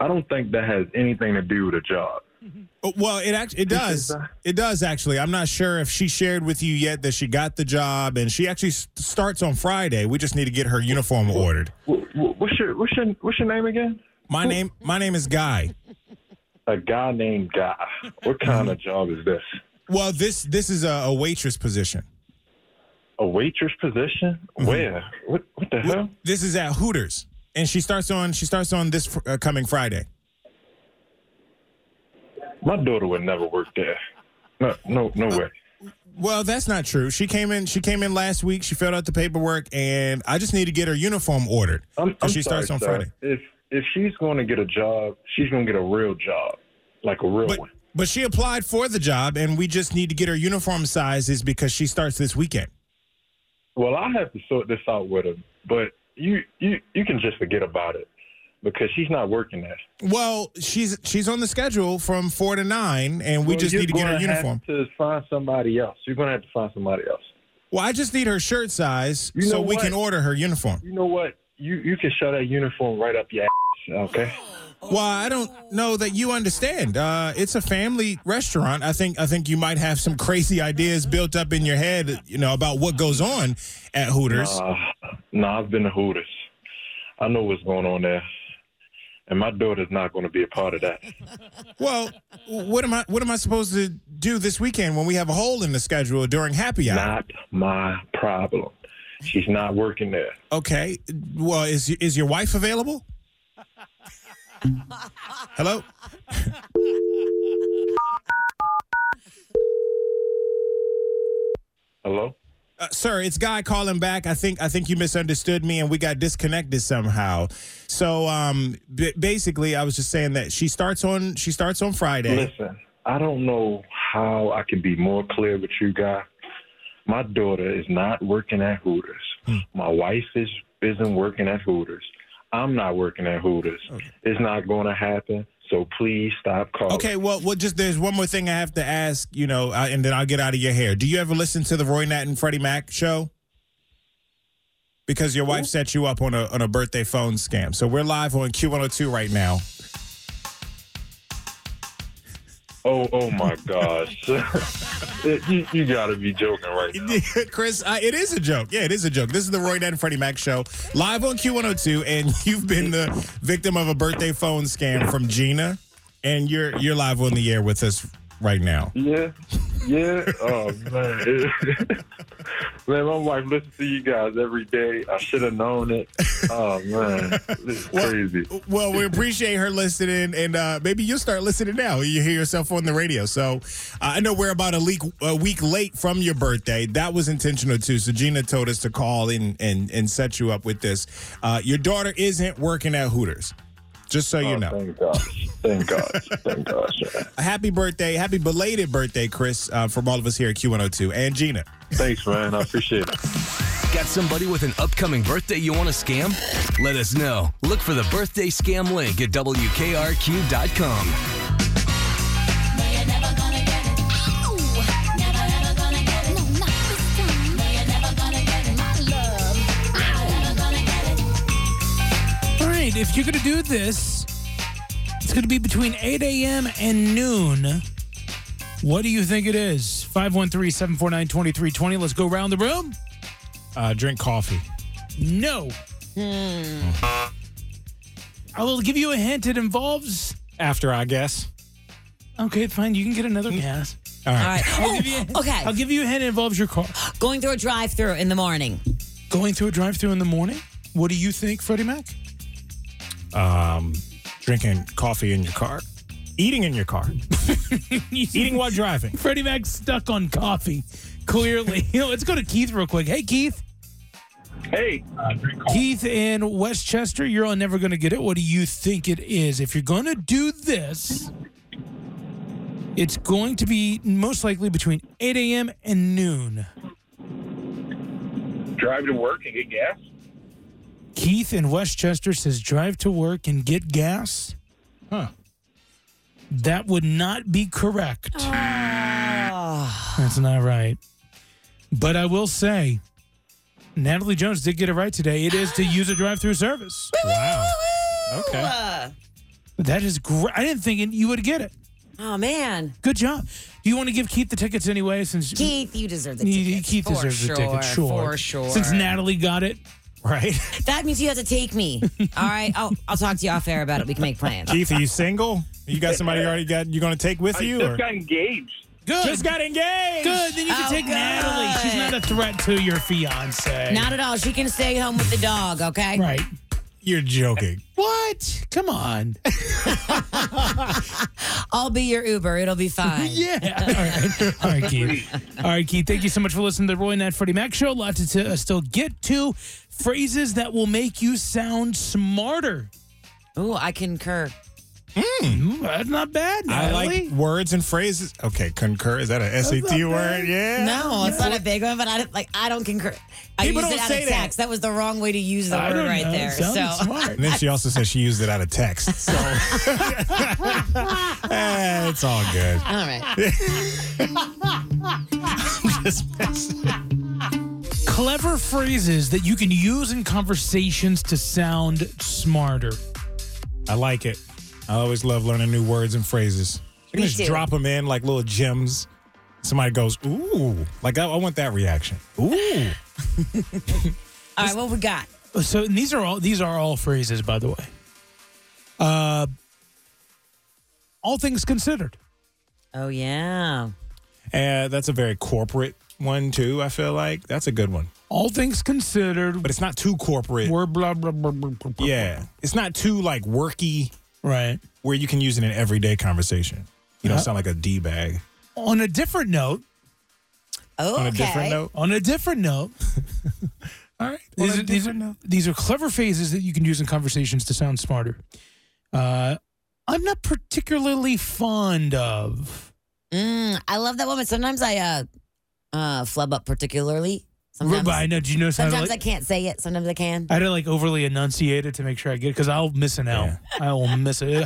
Speaker 11: I don't think that has anything to do with a job.
Speaker 4: Uh, Well, it act- it
Speaker 11: This
Speaker 4: does
Speaker 11: is, uh,
Speaker 4: it does actually. I'm not sure if she shared with you yet that she got the job, and she actually s- starts on Friday. We just need to get her uniform ordered.
Speaker 11: Wh- wh- What's your what's your what's your name again?
Speaker 4: My name my name is Guy.
Speaker 11: A guy named Guy. What kind of job is this?
Speaker 4: Well, this this is a, a waitress position.
Speaker 11: A waitress position? Where? What what the hell?
Speaker 4: This is at Hooters, and she starts on she starts on this fr- uh, coming Friday.
Speaker 11: My daughter would never work there. No, no, no way.
Speaker 4: Well, that's not true. She came in. She came in last week. She filled out the paperwork, and I just need to get her uniform ordered.
Speaker 11: I'm, I'm
Speaker 4: she
Speaker 11: sorry,
Speaker 4: starts on
Speaker 11: sir.
Speaker 4: Friday.
Speaker 11: If if she's going to get a job, she's going to get a real job, like a real
Speaker 4: But
Speaker 11: one.
Speaker 4: but she applied for the job, and we just need to get her uniform sizes because she starts this weekend.
Speaker 11: Well, I have to sort this out with her, but you you you can just forget about it because she's not working there.
Speaker 4: Well, she's she's on the schedule from four to nine, and we
Speaker 11: So
Speaker 4: just
Speaker 11: you're
Speaker 4: need to get her
Speaker 11: gonna have
Speaker 4: uniform.
Speaker 11: To find somebody else, you're going to have to find somebody else.
Speaker 4: Well, I just need her shirt size
Speaker 11: You
Speaker 4: so
Speaker 11: know
Speaker 4: we
Speaker 11: what?
Speaker 4: can order her uniform.
Speaker 11: You know what? You you can shove that uniform right up your ass. Okay.
Speaker 4: Well, I don't know that you understand. Uh, it's a family restaurant. I think I think you might have some crazy ideas built up in your head, you know, about what goes on at Hooters.
Speaker 11: Nah, Uh, nah, I've been to Hooters. I know what's going on there, and my daughter's not going to be a part of that.
Speaker 4: Well, what am I what am I supposed to do this weekend when we have a hole in the schedule during happy hour?
Speaker 11: Not my problem. She's not working there.
Speaker 4: Okay. Well, is is your wife available? Hello?
Speaker 11: Hello.
Speaker 4: Uh, sir, it's guy calling back. I think I think you misunderstood me and we got disconnected somehow. So, um b- basically I was just saying that she starts on she starts on Friday.
Speaker 11: Listen, I don't know how I can be more clear with you guys. My daughter is not working at Hooters.
Speaker 2: Hmm.
Speaker 11: My wife is isn't working at Hooters. I'm not working at Hooters. It's not going to happen. So please stop calling.
Speaker 4: Okay, well, well, just there's one more thing I have to ask, you know, uh, and then I'll get out of your hair. Do you ever listen to the Roy Nat and Freddie Mac show? because your wife set you up on a on a birthday phone scam. So we're live on Q102 right now.
Speaker 11: Oh, oh my gosh. you, you gotta be joking right now.
Speaker 4: Chris, uh, it is a joke. Yeah, it is a joke. This is the Roy Dad and Freddie Mac show, live on Q102, and you've been the victim of a birthday phone scam from Gina, and you're you're live on the air with us right now.
Speaker 11: Yeah, yeah. Oh man, man, my wife listens to you guys every day. I should have known it. Oh man, this is crazy.
Speaker 4: Well, we appreciate her listening, and uh, maybe you'll start listening now. You hear yourself on the radio. So uh, I know we're about a week a week late from your birthday. That was intentional too. So Gina told us to call and and and set you up with this. Uh, your daughter isn't working at Hooters. Just so you
Speaker 11: Oh,
Speaker 4: know.
Speaker 11: Thank gosh, thank gosh, thank gosh.
Speaker 4: A happy birthday, happy belated birthday, Chris, uh, from all of us here at Q102 and Gina.
Speaker 11: Thanks, man. I appreciate it.
Speaker 1: Got somebody with an upcoming birthday you want to scam? Let us know. Look for the birthday scam link at WKRQ.com.
Speaker 2: All right, if you're going to do this, it's going to be between 8 a.m. and noon. What do you think it is? 513 749 2320. Let's go around the room.
Speaker 4: Uh, drink coffee.
Speaker 2: No.
Speaker 4: Hmm.
Speaker 2: I will give you a hint. It involves.
Speaker 4: After I guess. Hmm.
Speaker 2: Okay, fine. You can get another guess.
Speaker 4: All
Speaker 3: All right.
Speaker 2: I'll give you a hint.
Speaker 3: Oh, okay.
Speaker 2: I'll give you a hint. It involves your car.
Speaker 3: Going through a drive-through in the morning.
Speaker 2: Going through a drive through in the morning? What do you think, Freddie Mac?
Speaker 4: Um, drinking coffee in your car. Eating in your car. Eating while driving.
Speaker 2: Freddie Mac's stuck on coffee, clearly. you know, let's go to Keith real quick. Hey, Keith.
Speaker 6: Hey.
Speaker 2: Keith in Westchester, you're on Never Gonna Get It. What do you think it is? If you're gonna do this, it's going to be most likely between 8 a.m. and noon.
Speaker 6: Drive to work and get gas.
Speaker 2: Keith in Westchester says drive to work and get gas. Huh. That would not be correct. That's not right. But I will say, Natalie Jones did get it right today. It is to use a drive-through service.
Speaker 4: Wow. Okay.
Speaker 3: Uh,
Speaker 2: That is great. I didn't think you would get it.
Speaker 3: oh man,
Speaker 2: Good job. Do you want to give Keith the tickets anyway? Since
Speaker 3: Keith, you deserve the
Speaker 2: You-
Speaker 3: ticket.
Speaker 2: Keith
Speaker 3: for
Speaker 2: deserves
Speaker 3: sure,
Speaker 2: the ticket, sure.
Speaker 3: for sure.
Speaker 2: Since Natalie got it, right?
Speaker 3: that means you have to take me. All right, I'll, I'll talk to you off air about it. We can make plans.
Speaker 4: Keith, are you single? You got somebody you already got you gonna take with you? Or?
Speaker 6: engaged.
Speaker 2: Good.
Speaker 4: Just got engaged.
Speaker 2: Good. Then you can
Speaker 3: Oh,
Speaker 2: take
Speaker 3: good.
Speaker 2: Natalie. She's not a threat to your fiance.
Speaker 3: Not at all. She can stay home with the dog. Okay.
Speaker 2: right.
Speaker 4: You're joking.
Speaker 2: What? Come on.
Speaker 3: I'll be your Uber. It'll be fine.
Speaker 2: Yeah. All right. All right, Keith. All right, Keith. Thank you so much for listening to the Roy Nat Freddie Mac show. Lots to uh, still get to. Phrases that will make you sound smarter.
Speaker 3: Ooh, I concur.
Speaker 2: Mm, that's not bad,
Speaker 4: I
Speaker 2: Natalie.
Speaker 4: like words and phrases. Okay, concur. Is that an SAT word? Yeah.
Speaker 3: No, it's not a big one, but I don't- like. I don't concur. I
Speaker 4: People
Speaker 3: used it
Speaker 4: don't
Speaker 3: out
Speaker 4: say
Speaker 3: of
Speaker 4: that.
Speaker 3: text. That. was the wrong way to use the
Speaker 2: I
Speaker 3: word
Speaker 2: don't
Speaker 3: right
Speaker 2: know.
Speaker 3: there.
Speaker 2: It sounded
Speaker 3: So
Speaker 2: smart.
Speaker 4: And then she also said she used it out of text. So Eh, it's all good.
Speaker 3: all right.
Speaker 4: Just messing.
Speaker 2: Clever phrases that you can use in conversations to sound smarter.
Speaker 4: I like it. I always love learning new words and phrases. You can
Speaker 3: Me
Speaker 4: just
Speaker 3: too.
Speaker 4: drop them in like little gems. Somebody goes, ooh. Like, I, I want that reaction. Ooh.
Speaker 3: All right. What we got?
Speaker 2: So and these are all these are all phrases, by the way. Uh, all things considered.
Speaker 3: Oh yeah.
Speaker 4: And that's a very corporate one, too, I feel like. That's a good one.
Speaker 2: All things considered,
Speaker 4: But it's not too corporate.
Speaker 2: we're blah blah blah blah. blah, blah.
Speaker 4: Yeah. It's not too, like, worky
Speaker 2: Right.
Speaker 4: where you can use it in everyday conversation. You don't
Speaker 2: Uh-huh.
Speaker 4: sound like a D-bag.
Speaker 2: On a different note,
Speaker 3: Oh, okay.
Speaker 4: On a different note.
Speaker 2: on a different note,
Speaker 4: All right. On a
Speaker 2: these are, these, are,
Speaker 4: different note.
Speaker 2: these are clever phrases that you can use in conversations to sound smarter. Uh, I'm not particularly fond of.
Speaker 3: Mm, I love that one, but sometimes I uh, uh, flub up particularly. Sometimes,
Speaker 2: But I know. Do you know? how to,
Speaker 3: sometimes I
Speaker 2: like,
Speaker 3: can't say it. Sometimes I can.
Speaker 2: I had to like overly enunciate it to make sure I get it because I'll miss an L. I will miss it,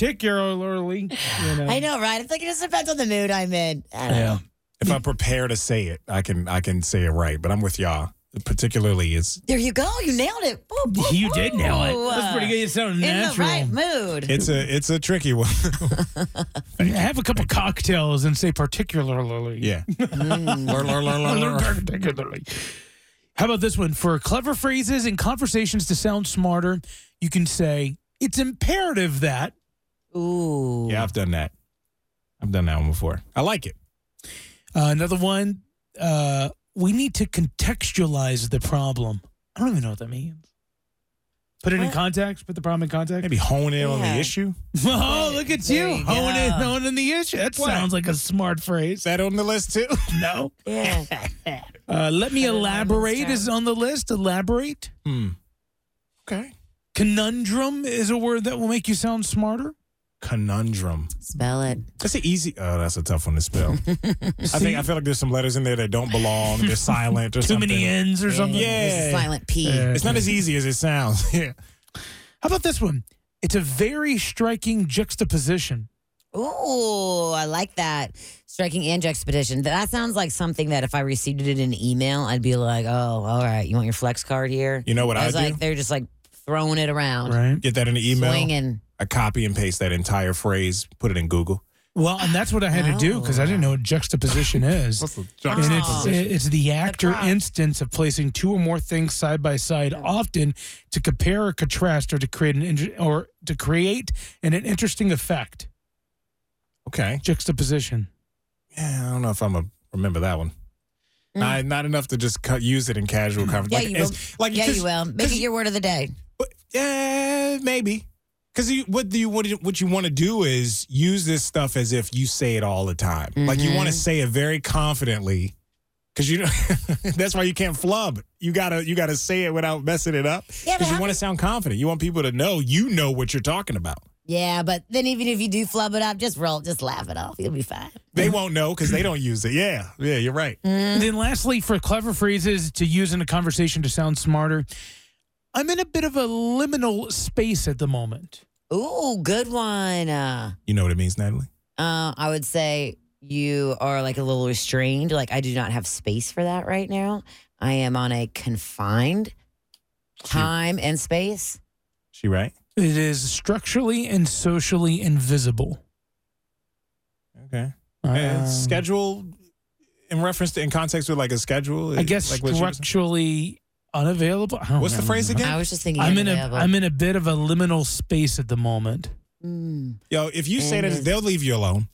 Speaker 2: particularly. You know.
Speaker 3: I know, right? It's like it just depends on the mood I'm in. I don't know.
Speaker 2: Yeah.
Speaker 4: If I'm prepared to say it, I can I can say it right. But I'm with y'all. particularly is
Speaker 3: There you go. You nailed it. Boop, boop,
Speaker 4: You did nail it.
Speaker 3: boop.
Speaker 4: That's pretty good. You sound
Speaker 3: in
Speaker 4: natural.
Speaker 3: the right mood.
Speaker 4: it's a it's a tricky one.
Speaker 2: Have a couple cocktails and say particularly.
Speaker 4: Yeah.
Speaker 3: Mm.
Speaker 2: Lur, lur, lur, lur, lur. particularly. How about this one? For clever phrases and conversations to sound smarter, you can say, it's imperative that.
Speaker 3: Ooh.
Speaker 4: yeah, I've done that. I've done that one before. I like it.
Speaker 2: Uh, another one, uh, we need to contextualize the problem. I don't even know what that means. Put it in context, put the problem in context.
Speaker 4: Maybe hone in on the
Speaker 2: Yeah.
Speaker 4: issue.
Speaker 2: Oh, look at
Speaker 4: There
Speaker 2: you.
Speaker 4: you
Speaker 2: Hone in
Speaker 4: go.
Speaker 2: on the issue. That
Speaker 4: What?
Speaker 2: sounds like a smart phrase.
Speaker 4: That on the list too?
Speaker 2: no.
Speaker 3: Yeah.
Speaker 2: Uh, let me elaborate is on the list. Elaborate.
Speaker 4: Hmm.
Speaker 2: Okay. Conundrum is a word that will make you sound smarter.
Speaker 4: Conundrum.
Speaker 3: Spell it.
Speaker 4: That's an easy. Oh, that's a tough one to spell. I think I feel like there's some letters in there that don't belong. They're silent or
Speaker 2: Too
Speaker 4: something.
Speaker 2: many N's or something.
Speaker 4: Yeah,
Speaker 3: silent P.
Speaker 4: It's not as easy as it sounds. Yeah.
Speaker 2: How about this one? It's a very striking juxtaposition.
Speaker 3: Ooh, I like that. Striking and juxtaposition. That sounds like something that if I received it in an email, I'd be like, oh, all right, you want your flex card here?
Speaker 4: You know what
Speaker 3: I
Speaker 4: I
Speaker 3: was
Speaker 4: do?
Speaker 3: like, they're just like throwing it around.
Speaker 4: Get that in the email.
Speaker 3: Swinging.
Speaker 4: I copy and paste that entire phrase. Put it in Google.
Speaker 2: Well, and that's what I had to do because I didn't know what juxtaposition is.
Speaker 3: Oh.
Speaker 4: What's the
Speaker 2: And it's,
Speaker 4: juxtaposition?
Speaker 2: it's the actor instance of placing two or more things side by side, often to compare or contrast, or to create an inter- or to create an, an interesting effect.
Speaker 4: Okay.
Speaker 2: Juxtaposition.
Speaker 4: Yeah, I don't know if I'm a remember that one. Not, not enough to just cut, use it in casual
Speaker 3: Mm. Yeah,
Speaker 4: conversation.
Speaker 3: you
Speaker 4: like,
Speaker 3: will.
Speaker 4: it's- like,
Speaker 3: yeah,
Speaker 4: 'cause-
Speaker 3: you will. Make it your word of the day.
Speaker 4: Yeah, maybe. Because you, what do you what, do you- what you want to do is use this stuff as if you say it all the time. Like you want
Speaker 3: Mm-hmm.
Speaker 4: to say it very confidently. Because you, that's why you can't flub. You gotta you gotta say it without messing it up.
Speaker 3: Yeah, but
Speaker 4: Because
Speaker 3: how
Speaker 4: you want to sound confident. You want people to know you know what you're talking about.
Speaker 3: Yeah, but then even if you do flub it up, just roll, just laugh it off. You'll be fine.
Speaker 4: They won't know because they don't use it. Yeah, yeah, you're right.
Speaker 3: Mm.
Speaker 2: And then, lastly, for clever phrases to use in a conversation to sound smarter, I'm in a bit of a liminal space at the moment.
Speaker 3: Ooh, good one. Uh,
Speaker 4: You know what it means, Natalie.
Speaker 3: uh, I would say you are like a little restrained. Like I do not have space for that right now. I am on a confined time and space.
Speaker 4: She right?
Speaker 2: It is structurally and socially invisible. Um,
Speaker 4: Okay.
Speaker 3: Um,
Speaker 4: Yeah, it's schedule in reference to in context with like a schedule.
Speaker 2: I guess
Speaker 4: like what she was-
Speaker 2: structurally unavailable. I don't
Speaker 4: What's the
Speaker 2: know.
Speaker 4: phrase again?
Speaker 3: I was just thinking.
Speaker 2: I'm in a
Speaker 3: unavailable.
Speaker 2: I'm in a bit of a liminal space at the moment.
Speaker 3: Mm.
Speaker 4: Yo, if you say
Speaker 3: And
Speaker 4: that,
Speaker 3: it's-
Speaker 4: they'll leave you alone.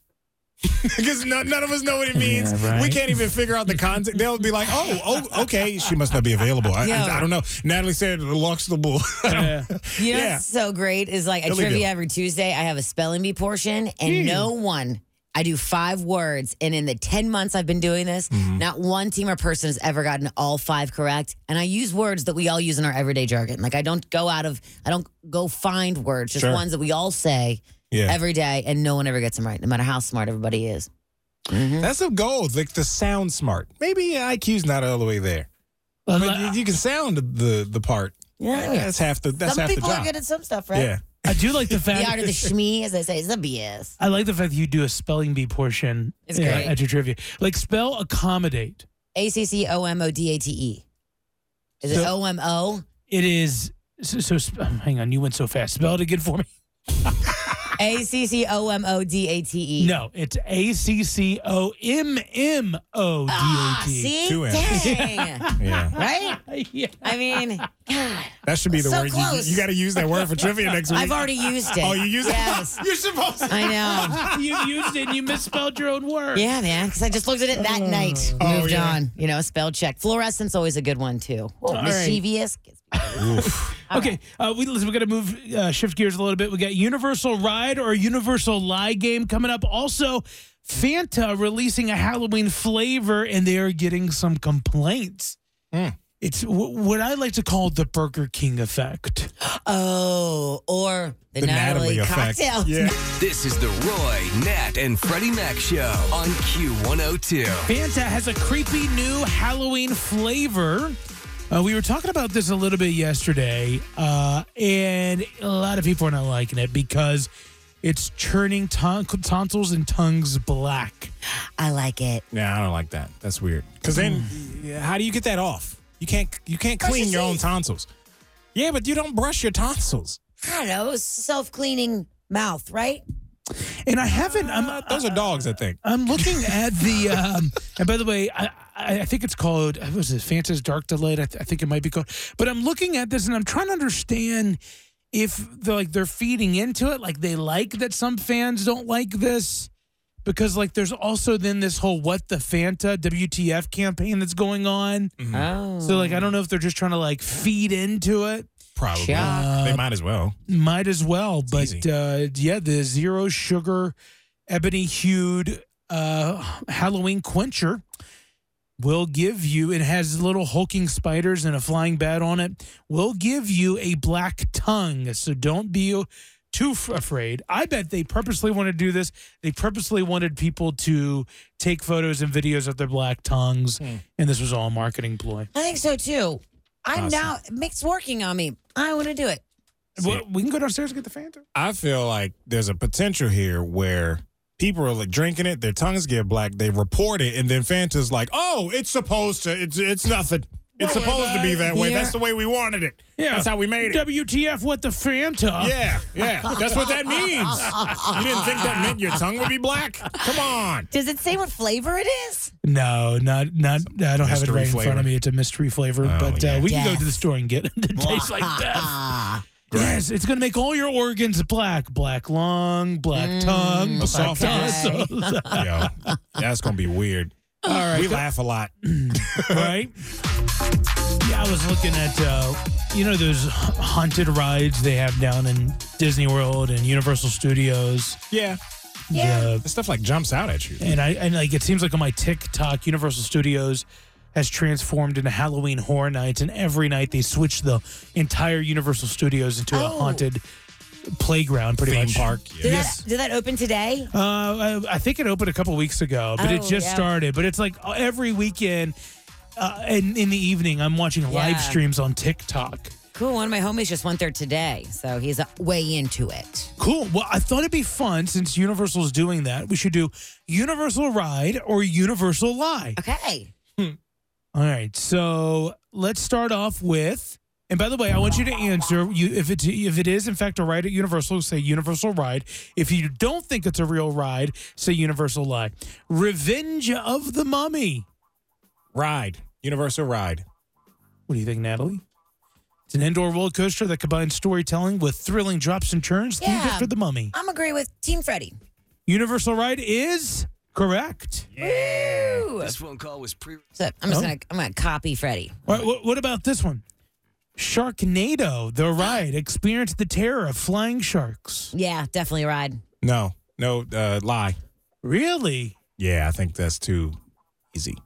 Speaker 4: Because none, none of us know what it means.
Speaker 2: Yeah, right.
Speaker 4: We can't even figure out the context. They'll be like, oh, oh, okay, she must not be available. I,
Speaker 3: Yo.
Speaker 4: I, I don't know. Natalie said, launch the bull.
Speaker 3: You know
Speaker 4: Yeah.
Speaker 3: what's so great is like I
Speaker 4: Billy
Speaker 3: trivia
Speaker 4: Bill.
Speaker 3: every Tuesday. I have a spelling bee portion, and
Speaker 2: Hmm.
Speaker 3: no one. I do five words, and in the ten months I've been doing this,
Speaker 2: Mm-hmm.
Speaker 3: not one team or person has ever gotten all five correct. And I use words that we all use in our everyday jargon. Like I don't go out of, I don't go find words, just
Speaker 4: Sure.
Speaker 3: ones that we all say
Speaker 4: Yeah.
Speaker 3: every day, and no one ever gets them right, no matter how smart everybody is.
Speaker 4: That's the goal, like the sound smart. Maybe your IQ's not all the way there.
Speaker 2: Well,
Speaker 4: But you, you can sound the the part.
Speaker 3: Yeah.
Speaker 4: That's half the that's
Speaker 3: Some
Speaker 4: half the
Speaker 3: people are
Speaker 4: job.
Speaker 3: good at some stuff, right?
Speaker 4: Yeah.
Speaker 2: I do like the
Speaker 3: The art
Speaker 2: fact
Speaker 3: of the shmee, as I say, is the BS.
Speaker 2: I like the fact that you do a spelling bee portion
Speaker 3: It's
Speaker 2: uh,
Speaker 3: great.
Speaker 2: at your trivia. Like spell accommodate.
Speaker 3: A C C O M O D A T E. Is it
Speaker 2: So-
Speaker 3: O M O?
Speaker 2: It is so, so sp- oh, hang on, you went so fast. Spell it again for me.
Speaker 3: A C C O M O D A T E.
Speaker 2: No, it's A C C O M M O D
Speaker 3: Ah,
Speaker 2: A T.
Speaker 3: see?
Speaker 4: E. Two M's.
Speaker 3: Dang.
Speaker 4: Yeah.
Speaker 3: right?
Speaker 2: Yeah.
Speaker 3: I mean, God.
Speaker 4: That should be the
Speaker 3: So
Speaker 4: word.
Speaker 3: close.
Speaker 4: You, you got to use that word for trivia next week.
Speaker 3: I've already used it.
Speaker 4: Oh, you used
Speaker 3: Yes.
Speaker 4: it? You're supposed to.
Speaker 3: I know.
Speaker 2: you used it and you misspelled your own word.
Speaker 3: Yeah, man. Because I just looked at it that night.
Speaker 4: Oh,
Speaker 3: Moved
Speaker 4: yeah.
Speaker 3: on. You know, spell check. Fluorescence always a good one too.
Speaker 2: right.
Speaker 3: Mischievous.
Speaker 2: Okay, uh, we, listen, we're going to move, uh, shift gears a little bit. We got Universal Ride or Universal Lie game coming up. Also, Fanta releasing a Halloween flavor, and they are getting some complaints. It's w- what I like to call the Burger King effect.
Speaker 3: Oh, or the,
Speaker 4: The
Speaker 3: Natalie,
Speaker 4: Natalie effect.
Speaker 3: cocktail.
Speaker 4: Yeah.
Speaker 1: This is the Roy, Nat, and Freddie Mac Show on Q102.
Speaker 2: Fanta has a creepy new Halloween flavor. Uh, we were talking about this a little bit yesterday, uh, and a lot of people are not liking it because it's churning ton- tonsils and tongues black.
Speaker 3: I like it.
Speaker 2: Mm.
Speaker 4: Nah, I don't like that. That's weird. Because then, yeah, how do you get that off? You can't you can't
Speaker 3: Brush
Speaker 4: clean
Speaker 3: your
Speaker 4: your own
Speaker 3: teeth.
Speaker 4: tonsils. Yeah, but you don't brush your tonsils.
Speaker 3: I don't know. It's self cleaning mouth, right?
Speaker 2: And I haven't. I'm,
Speaker 4: Uh,
Speaker 2: Uh,
Speaker 4: Those are dogs, I think.
Speaker 2: I'm looking at the. Um, and by the way, I, I I think it's called. uh, What was it Fanta's Dark Delight? I, th- I think it might be called. But I'm looking at this and I'm trying to understand if they're, like they're feeding into it. Like they like that some fans don't like this because like there's also then this whole what the Fanta WTF campaign that's going on.
Speaker 3: Oh.
Speaker 2: So like I don't know if they're just trying to like feed into it.
Speaker 4: Probably.
Speaker 2: Yeah.
Speaker 4: They might as well.
Speaker 2: Might as well, but
Speaker 4: easy.
Speaker 2: uh, yeah, the zero sugar, ebony hued uh, Halloween quencher will give you. It has little hulking spiders and a flying bat on it. Will give you a black tongue, so don't be too f- afraid. I bet they purposely want to do this. They purposely wanted people to take photos and videos of their black tongues,
Speaker 4: Hmm.
Speaker 2: and this was all a marketing ploy.
Speaker 3: I think so too. I'm
Speaker 2: Awesome.
Speaker 3: now it's working on me. I want to do it.
Speaker 2: Well, we can go downstairs and get the Fanta.
Speaker 4: I feel like there's a potential here where people are like drinking it, their tongues get black, they report it, and then Fanta's like, "Oh, it's supposed to. It's it's nothing. It's
Speaker 2: Don't worry
Speaker 4: supposed to
Speaker 2: about
Speaker 4: be
Speaker 2: it.
Speaker 4: that way.
Speaker 2: Yeah.
Speaker 4: That's the way we wanted it. that's how we made it.
Speaker 2: WTF with the Fanta.
Speaker 4: yeah, yeah. That's what that means. you didn't think that meant your tongue would be black? Come on.
Speaker 3: Does it say what flavor it is?
Speaker 2: No, not not. I don't have it
Speaker 4: Mystery
Speaker 2: right in
Speaker 4: flavor. Oh,
Speaker 2: front of me. It's a mystery flavor, but uh, we can go to the store and get it. It tastes like death. Yes, it's gonna make all your organs black: black lung, black tongue, black
Speaker 4: soft
Speaker 2: tonsils.
Speaker 4: Yo, that's gonna be weird. All right, we laugh a lot.
Speaker 2: right? Yeah, I was looking at uh, you know those haunted rides they have down in Disney World and Universal Studios.
Speaker 4: Yeah,
Speaker 2: Yeah.
Speaker 4: The stuff like jumps out at you.
Speaker 2: And I and like it seems like on my TikTok, Universal Studios has transformed into Halloween Horror Nights, and every night they switch the entire Universal Studios into a
Speaker 3: Oh.
Speaker 2: haunted playground, pretty
Speaker 4: Theme
Speaker 2: much.
Speaker 4: park,
Speaker 3: Did that did that open today?
Speaker 2: Uh, I, I think it opened a couple weeks ago, but it
Speaker 3: Oh,
Speaker 2: just
Speaker 3: yeah.
Speaker 2: started. But it's like every weekend, uh, and in the evening, I'm watching live
Speaker 3: Yeah.
Speaker 2: streams on TikTok.
Speaker 3: Cool. One of my homies just went there today, so he's uh, way into it.
Speaker 2: Cool. Well, I thought it'd be fun since Universal's doing that. We should do Universal Ride or Universal Lie.
Speaker 3: Okay.
Speaker 2: All right. So let's start off with. And by the way, I want you to answer. You, if it if it is in fact a ride at Universal, say Universal Ride. If you don't think it's a real ride, say Universal Lie. Revenge of the Mummy.
Speaker 4: Ride, Universal Ride.
Speaker 2: What do you think, Natalie? It's an indoor roller coaster that combines storytelling with thrilling drops and turns themed
Speaker 3: Yeah.
Speaker 2: after the Mummy.
Speaker 3: I'm agree with Team Freddy.
Speaker 2: Universal Ride is correct.
Speaker 3: Woo!
Speaker 1: This phone call was pre.
Speaker 3: So I'm just
Speaker 2: Oh.
Speaker 3: gonna I'm gonna copy Freddy.
Speaker 2: All right, what, what about this one? Sharknado, the ride. Experience the terror of flying sharks.
Speaker 3: Yeah, definitely ride.
Speaker 4: No, no, uh, lie.
Speaker 2: Really?
Speaker 4: Yeah, I think that's too easy.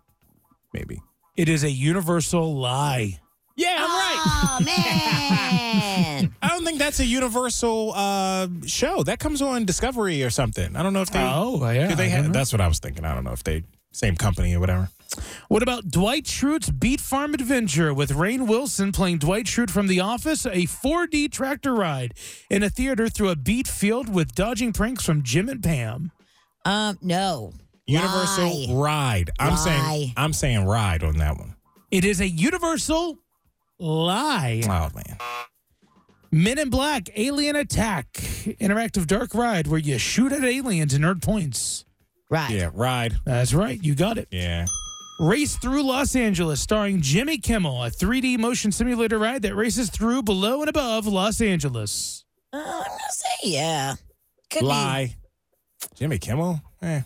Speaker 4: Maybe.
Speaker 2: It is a universal lie.
Speaker 4: Yeah, I'm
Speaker 3: Oh man.
Speaker 4: I don't think that's a universal uh, show. That comes on Discovery or something. I don't know if they.
Speaker 2: Oh, yeah.
Speaker 4: do they
Speaker 2: I
Speaker 4: have-
Speaker 2: don't know.
Speaker 4: that's what I was thinking. I don't know if they same company or whatever.
Speaker 2: What about Dwight Schrute's Beat Farm Adventure with Rain Wilson playing Dwight Schrute from The Office, a 4D tractor ride in a theater through a beat field with dodging pranks from Jim and Pam?
Speaker 3: um, no.
Speaker 4: Universal
Speaker 3: Lie.
Speaker 4: ride. I'm saying
Speaker 3: Lie.
Speaker 4: I'm saying ride on that one.
Speaker 2: It is a universal lie.
Speaker 4: Oh man.
Speaker 2: Men in Black Alien Attack, interactive dark ride where you shoot at aliens and earn points.
Speaker 3: Ride.
Speaker 4: Yeah, ride.
Speaker 2: That's right, you got it.
Speaker 4: Yeah.
Speaker 2: Race Through Los Angeles, starring Jimmy Kimmel, a 3D motion simulator ride that races through, below, and above Los Angeles.
Speaker 3: Uh, I'm gonna say yeah. Could be.
Speaker 4: lie. Jimmy Kimmel? Eh.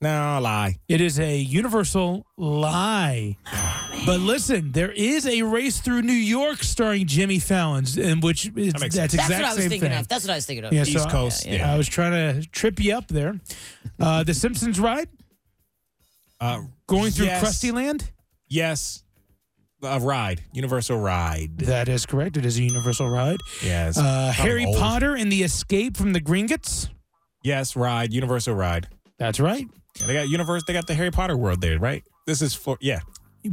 Speaker 4: No, lie.
Speaker 2: It is a universal lie.
Speaker 4: Oh,
Speaker 2: But listen, there is a race through New York starring Jimmy Fallon's, in which it's,
Speaker 4: makes
Speaker 2: that's,
Speaker 4: sense.
Speaker 3: That's
Speaker 2: exact
Speaker 3: what I was
Speaker 2: same
Speaker 3: thinking
Speaker 2: thing.
Speaker 3: of. That's what I was thinking of.
Speaker 2: Yeah,
Speaker 4: East
Speaker 2: I-
Speaker 4: Coast,
Speaker 2: I,
Speaker 4: yeah.
Speaker 2: I was trying to trip you up there. Uh, the Simpsons ride
Speaker 4: Uh,
Speaker 2: going through
Speaker 4: Yes.
Speaker 2: Krusty Land.
Speaker 4: yes. A ride. Universal ride.
Speaker 2: That is correct. It is a universal ride.
Speaker 4: Yes.
Speaker 2: Uh,
Speaker 4: Probably
Speaker 2: Harry
Speaker 4: old.
Speaker 2: Potter and the Escape from the Gringotts.
Speaker 4: Yes, ride. Universal ride.
Speaker 2: That's right.
Speaker 4: Yeah, They got universe. They got the Harry Potter world there, right? This is for yeah.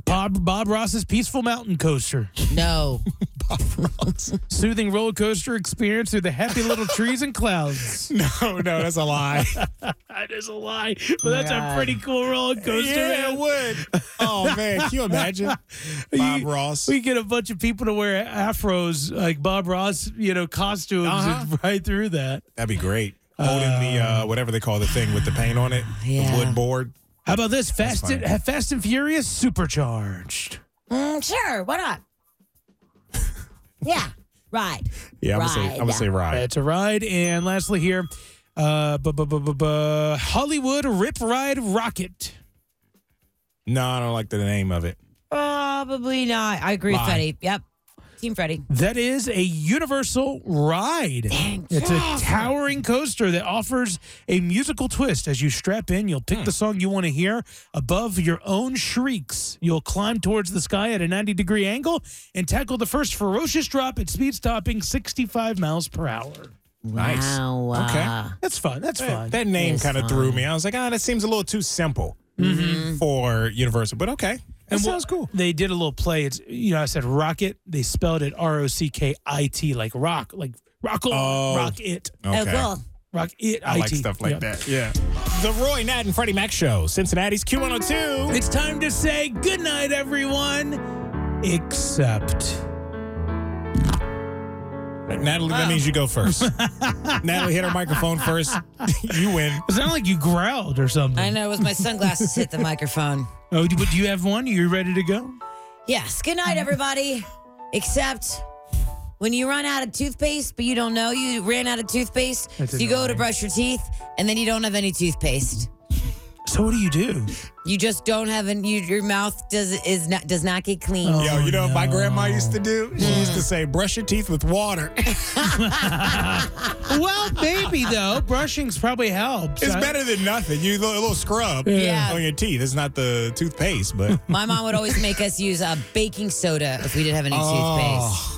Speaker 4: Bob Bob Ross's Peaceful Mountain Coaster.
Speaker 3: No.
Speaker 4: Bob Ross. Soothing roller coaster experience through the happy little trees and clouds.
Speaker 2: No, no, that's a lie.
Speaker 4: that is a lie. But
Speaker 2: Oh my
Speaker 4: that's
Speaker 2: God.
Speaker 4: a pretty cool roller coaster.
Speaker 2: Yeah, it would. Oh man, can you imagine? Bob Ross.
Speaker 4: We get a bunch of people to wear afros like Bob Ross, you know, costumes
Speaker 2: Uh-huh.
Speaker 4: right through that.
Speaker 2: That'd be great. Holding the uh, whatever they call the thing with the paint on it,
Speaker 4: Yeah.
Speaker 2: the wood board.
Speaker 4: How about this?
Speaker 2: That's
Speaker 4: Fast and,
Speaker 2: funny.
Speaker 4: Fast and Furious supercharged.
Speaker 3: Mm, sure, why not? yeah, ride.
Speaker 2: Yeah, I'm gonna say-
Speaker 3: ride.
Speaker 2: I'm gonna say ride.
Speaker 4: It's a ride. And lastly, here, uh, bu- bu- bu- bu- bu- Hollywood Rip Ride Rocket.
Speaker 2: No, I don't like the name of it.
Speaker 3: Probably not. I agree
Speaker 4: Lie.
Speaker 3: with Freddie. Yep. Team Freddie.
Speaker 4: That is a universal ride. It's a towering coaster that offers a musical twist. As you strap in, you'll pick the song you want to hear above your own shrieks. You'll climb towards the sky at a 90 degree angle and tackle the first ferocious drop at speed stopping 65 miles per hour.
Speaker 3: Wow.
Speaker 2: Okay.
Speaker 4: That's fun. That's
Speaker 2: That-
Speaker 4: fun.
Speaker 2: That name
Speaker 4: It's
Speaker 2: kind of threw me. I was like, ah, that seems a little too simple for Universal, but okay. That
Speaker 4: And
Speaker 2: sounds cool.
Speaker 4: They did a little play. It's you know I said rocket. They spelled it R O C K I T like rock, like rock on,
Speaker 2: Oh.
Speaker 4: rock it,
Speaker 2: Okay. Oh, cool.
Speaker 4: rock it.
Speaker 2: I like
Speaker 4: IT.
Speaker 2: stuff like
Speaker 4: Yeah.
Speaker 2: that. Yeah. The Roy Nat and Freddie Mac Show, Cincinnati's Q102.
Speaker 4: It's time to say goodnight, everyone, except
Speaker 2: Natalie, that means you go first. Natalie, hit her microphone first. you win.
Speaker 4: it sounded like you growled or something.
Speaker 3: I know it was my sunglasses hit the microphone.
Speaker 4: Oh, do, but do you have one? Are you ready to go?
Speaker 3: Yes. Good night, everybody. Except when you run out of toothpaste, but you don't know you ran out of toothpaste.
Speaker 4: That's
Speaker 3: so you go to brush your teeth, and then you don't have any toothpaste.
Speaker 4: So what do you do?
Speaker 3: You just don't have an. You, your mouth does is not does not get clean.
Speaker 4: Oh,
Speaker 2: Yo, you know what my grandma used to do? She used to say, brush your teeth with water.
Speaker 4: well, maybe though brushing's probably helps.
Speaker 2: It's
Speaker 4: I-
Speaker 2: better than nothing. You lo- a little scrub
Speaker 3: Yeah.
Speaker 2: on your teeth. It's not the toothpaste, but
Speaker 3: My mom would always make us use uh, baking soda if we didn't have any toothpaste.
Speaker 2: Oh,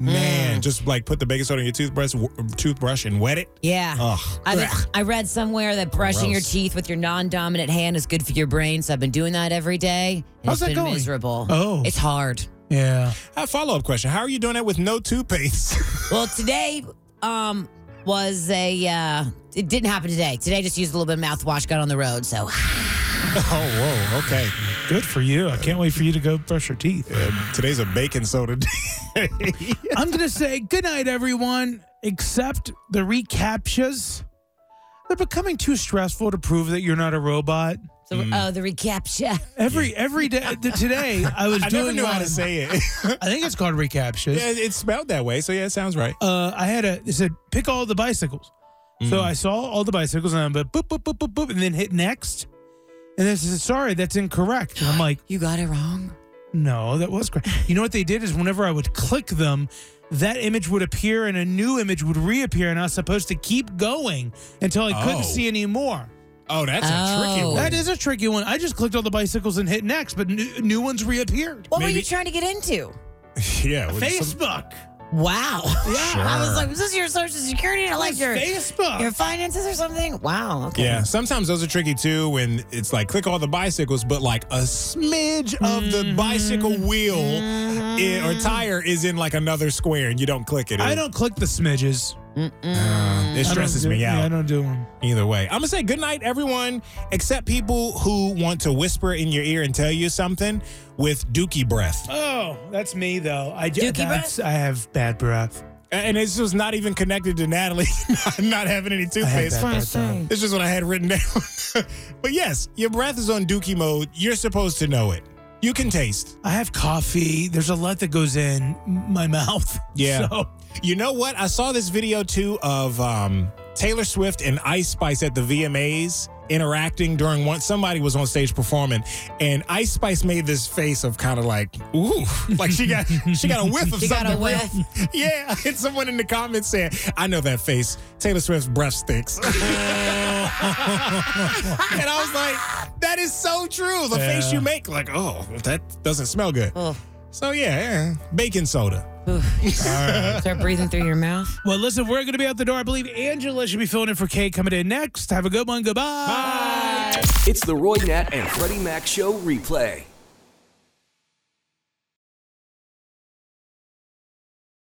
Speaker 3: Mm.
Speaker 2: man, just like put the baking soda in your toothbrush, w- toothbrush and wet it.
Speaker 3: Yeah.
Speaker 2: Ugh.
Speaker 3: I, was- I read somewhere that brushing your
Speaker 2: Gross.
Speaker 3: teeth with your non-dominant hand is good for your brain, so I've been doing that every day. and
Speaker 4: How's
Speaker 3: it's
Speaker 4: that
Speaker 3: been
Speaker 4: going?
Speaker 3: miserable.
Speaker 4: Oh.
Speaker 3: It's hard.
Speaker 4: Yeah.
Speaker 2: A follow up question: How are you doing that with no toothpaste?
Speaker 3: Well, today um was a uh it didn't happen today. Today I just used a little bit of mouthwash, got on the road, so
Speaker 2: oh, whoa, okay.
Speaker 4: Good for you. I can't wait for you to go brush your teeth.
Speaker 2: Uh, today's a baking soda day.
Speaker 4: I'm gonna say goodnight, everyone, except the recaptchas. They're becoming too stressful to prove that you're not a robot.
Speaker 3: so
Speaker 2: Mm.
Speaker 3: oh the recaptcha.
Speaker 4: Every every day th- today, I was
Speaker 2: I never
Speaker 4: doing.
Speaker 2: knew how
Speaker 4: one-
Speaker 2: to say it.
Speaker 4: I think it's called recaptchas.
Speaker 2: Yeah, it's spelled that way, so yeah, it sounds right.
Speaker 4: uh, I had a it said pick all the bicycles. So
Speaker 2: Mm.
Speaker 4: I saw all the bicycles and I'm like boop boop boop boop boop and then hit next. And then it says, sorry, that's incorrect. And I'm like,
Speaker 3: You got it wrong.
Speaker 4: no, that was correct. You know what they did is whenever I would click them, that image would appear and a new image would reappear, and I was supposed to keep going until I
Speaker 2: Oh.
Speaker 4: couldn't see anymore.
Speaker 2: Oh, that's a tricky
Speaker 3: Oh.
Speaker 2: one.
Speaker 4: That is a tricky one. I just clicked all the bicycles and hit next, but new, new ones reappeared.
Speaker 3: What were
Speaker 2: Maybe-
Speaker 3: you trying to get into?
Speaker 2: yeah, with some-
Speaker 4: Facebook.
Speaker 3: Wow. Yeah. I was
Speaker 2: Sure.
Speaker 3: like, was this your social security or like your
Speaker 4: Facebook.
Speaker 3: your finances or something? Wow. Okay.
Speaker 2: Yeah, sometimes those are tricky too when it's like click all the bicycles, but like a smidge of the bicycle wheel i- or tire is in like another square and you don't click it.
Speaker 4: I
Speaker 2: It-
Speaker 4: don't click the smidges.
Speaker 2: Uh, it
Speaker 4: I don't
Speaker 2: stresses
Speaker 4: do-
Speaker 2: me
Speaker 4: yeah, I
Speaker 2: out.
Speaker 4: don't do them.
Speaker 2: Either way, I'm gonna say good night, everyone, except people who want to whisper in your ear and tell you something with dookie breath.
Speaker 4: Oh, that's me though. I
Speaker 3: Dookie
Speaker 4: that's- I have bad breath.
Speaker 2: And it's just not even connected to Natalie not having any
Speaker 4: I have
Speaker 2: toothpaste.
Speaker 4: bad breath. though.
Speaker 2: It's just what I had written down. but yes, your breath is on dookie mode. You're supposed to know it. You can taste.
Speaker 4: I have coffee. There's a lot that goes in my mouth.
Speaker 2: Yeah.
Speaker 4: So
Speaker 2: You know what? I saw this video too of um, Taylor Swift and Ice Spice at the VMAs interacting during one. Somebody was on stage performing, and Ice Spice made this face of kind of like, ooh, like she got she got a whiff of
Speaker 3: She got
Speaker 2: something.
Speaker 3: a
Speaker 2: real- yeah. And someone in the comments said, "I know that face. Taylor Swift's breath stinks." and I was like, "That is so true. The face
Speaker 4: Yeah.
Speaker 2: you make, like, oh, that doesn't smell good."
Speaker 3: Oh,
Speaker 2: So yeah, yeah. baking soda.
Speaker 3: start breathing through your mouth.
Speaker 4: well listen, we're gonna be out the door. I believe Angela should be filling in for Kay coming in next. Have a good one. Goodbye. Bye.
Speaker 1: It's the Roy Nat and Freddie Mac Show replay.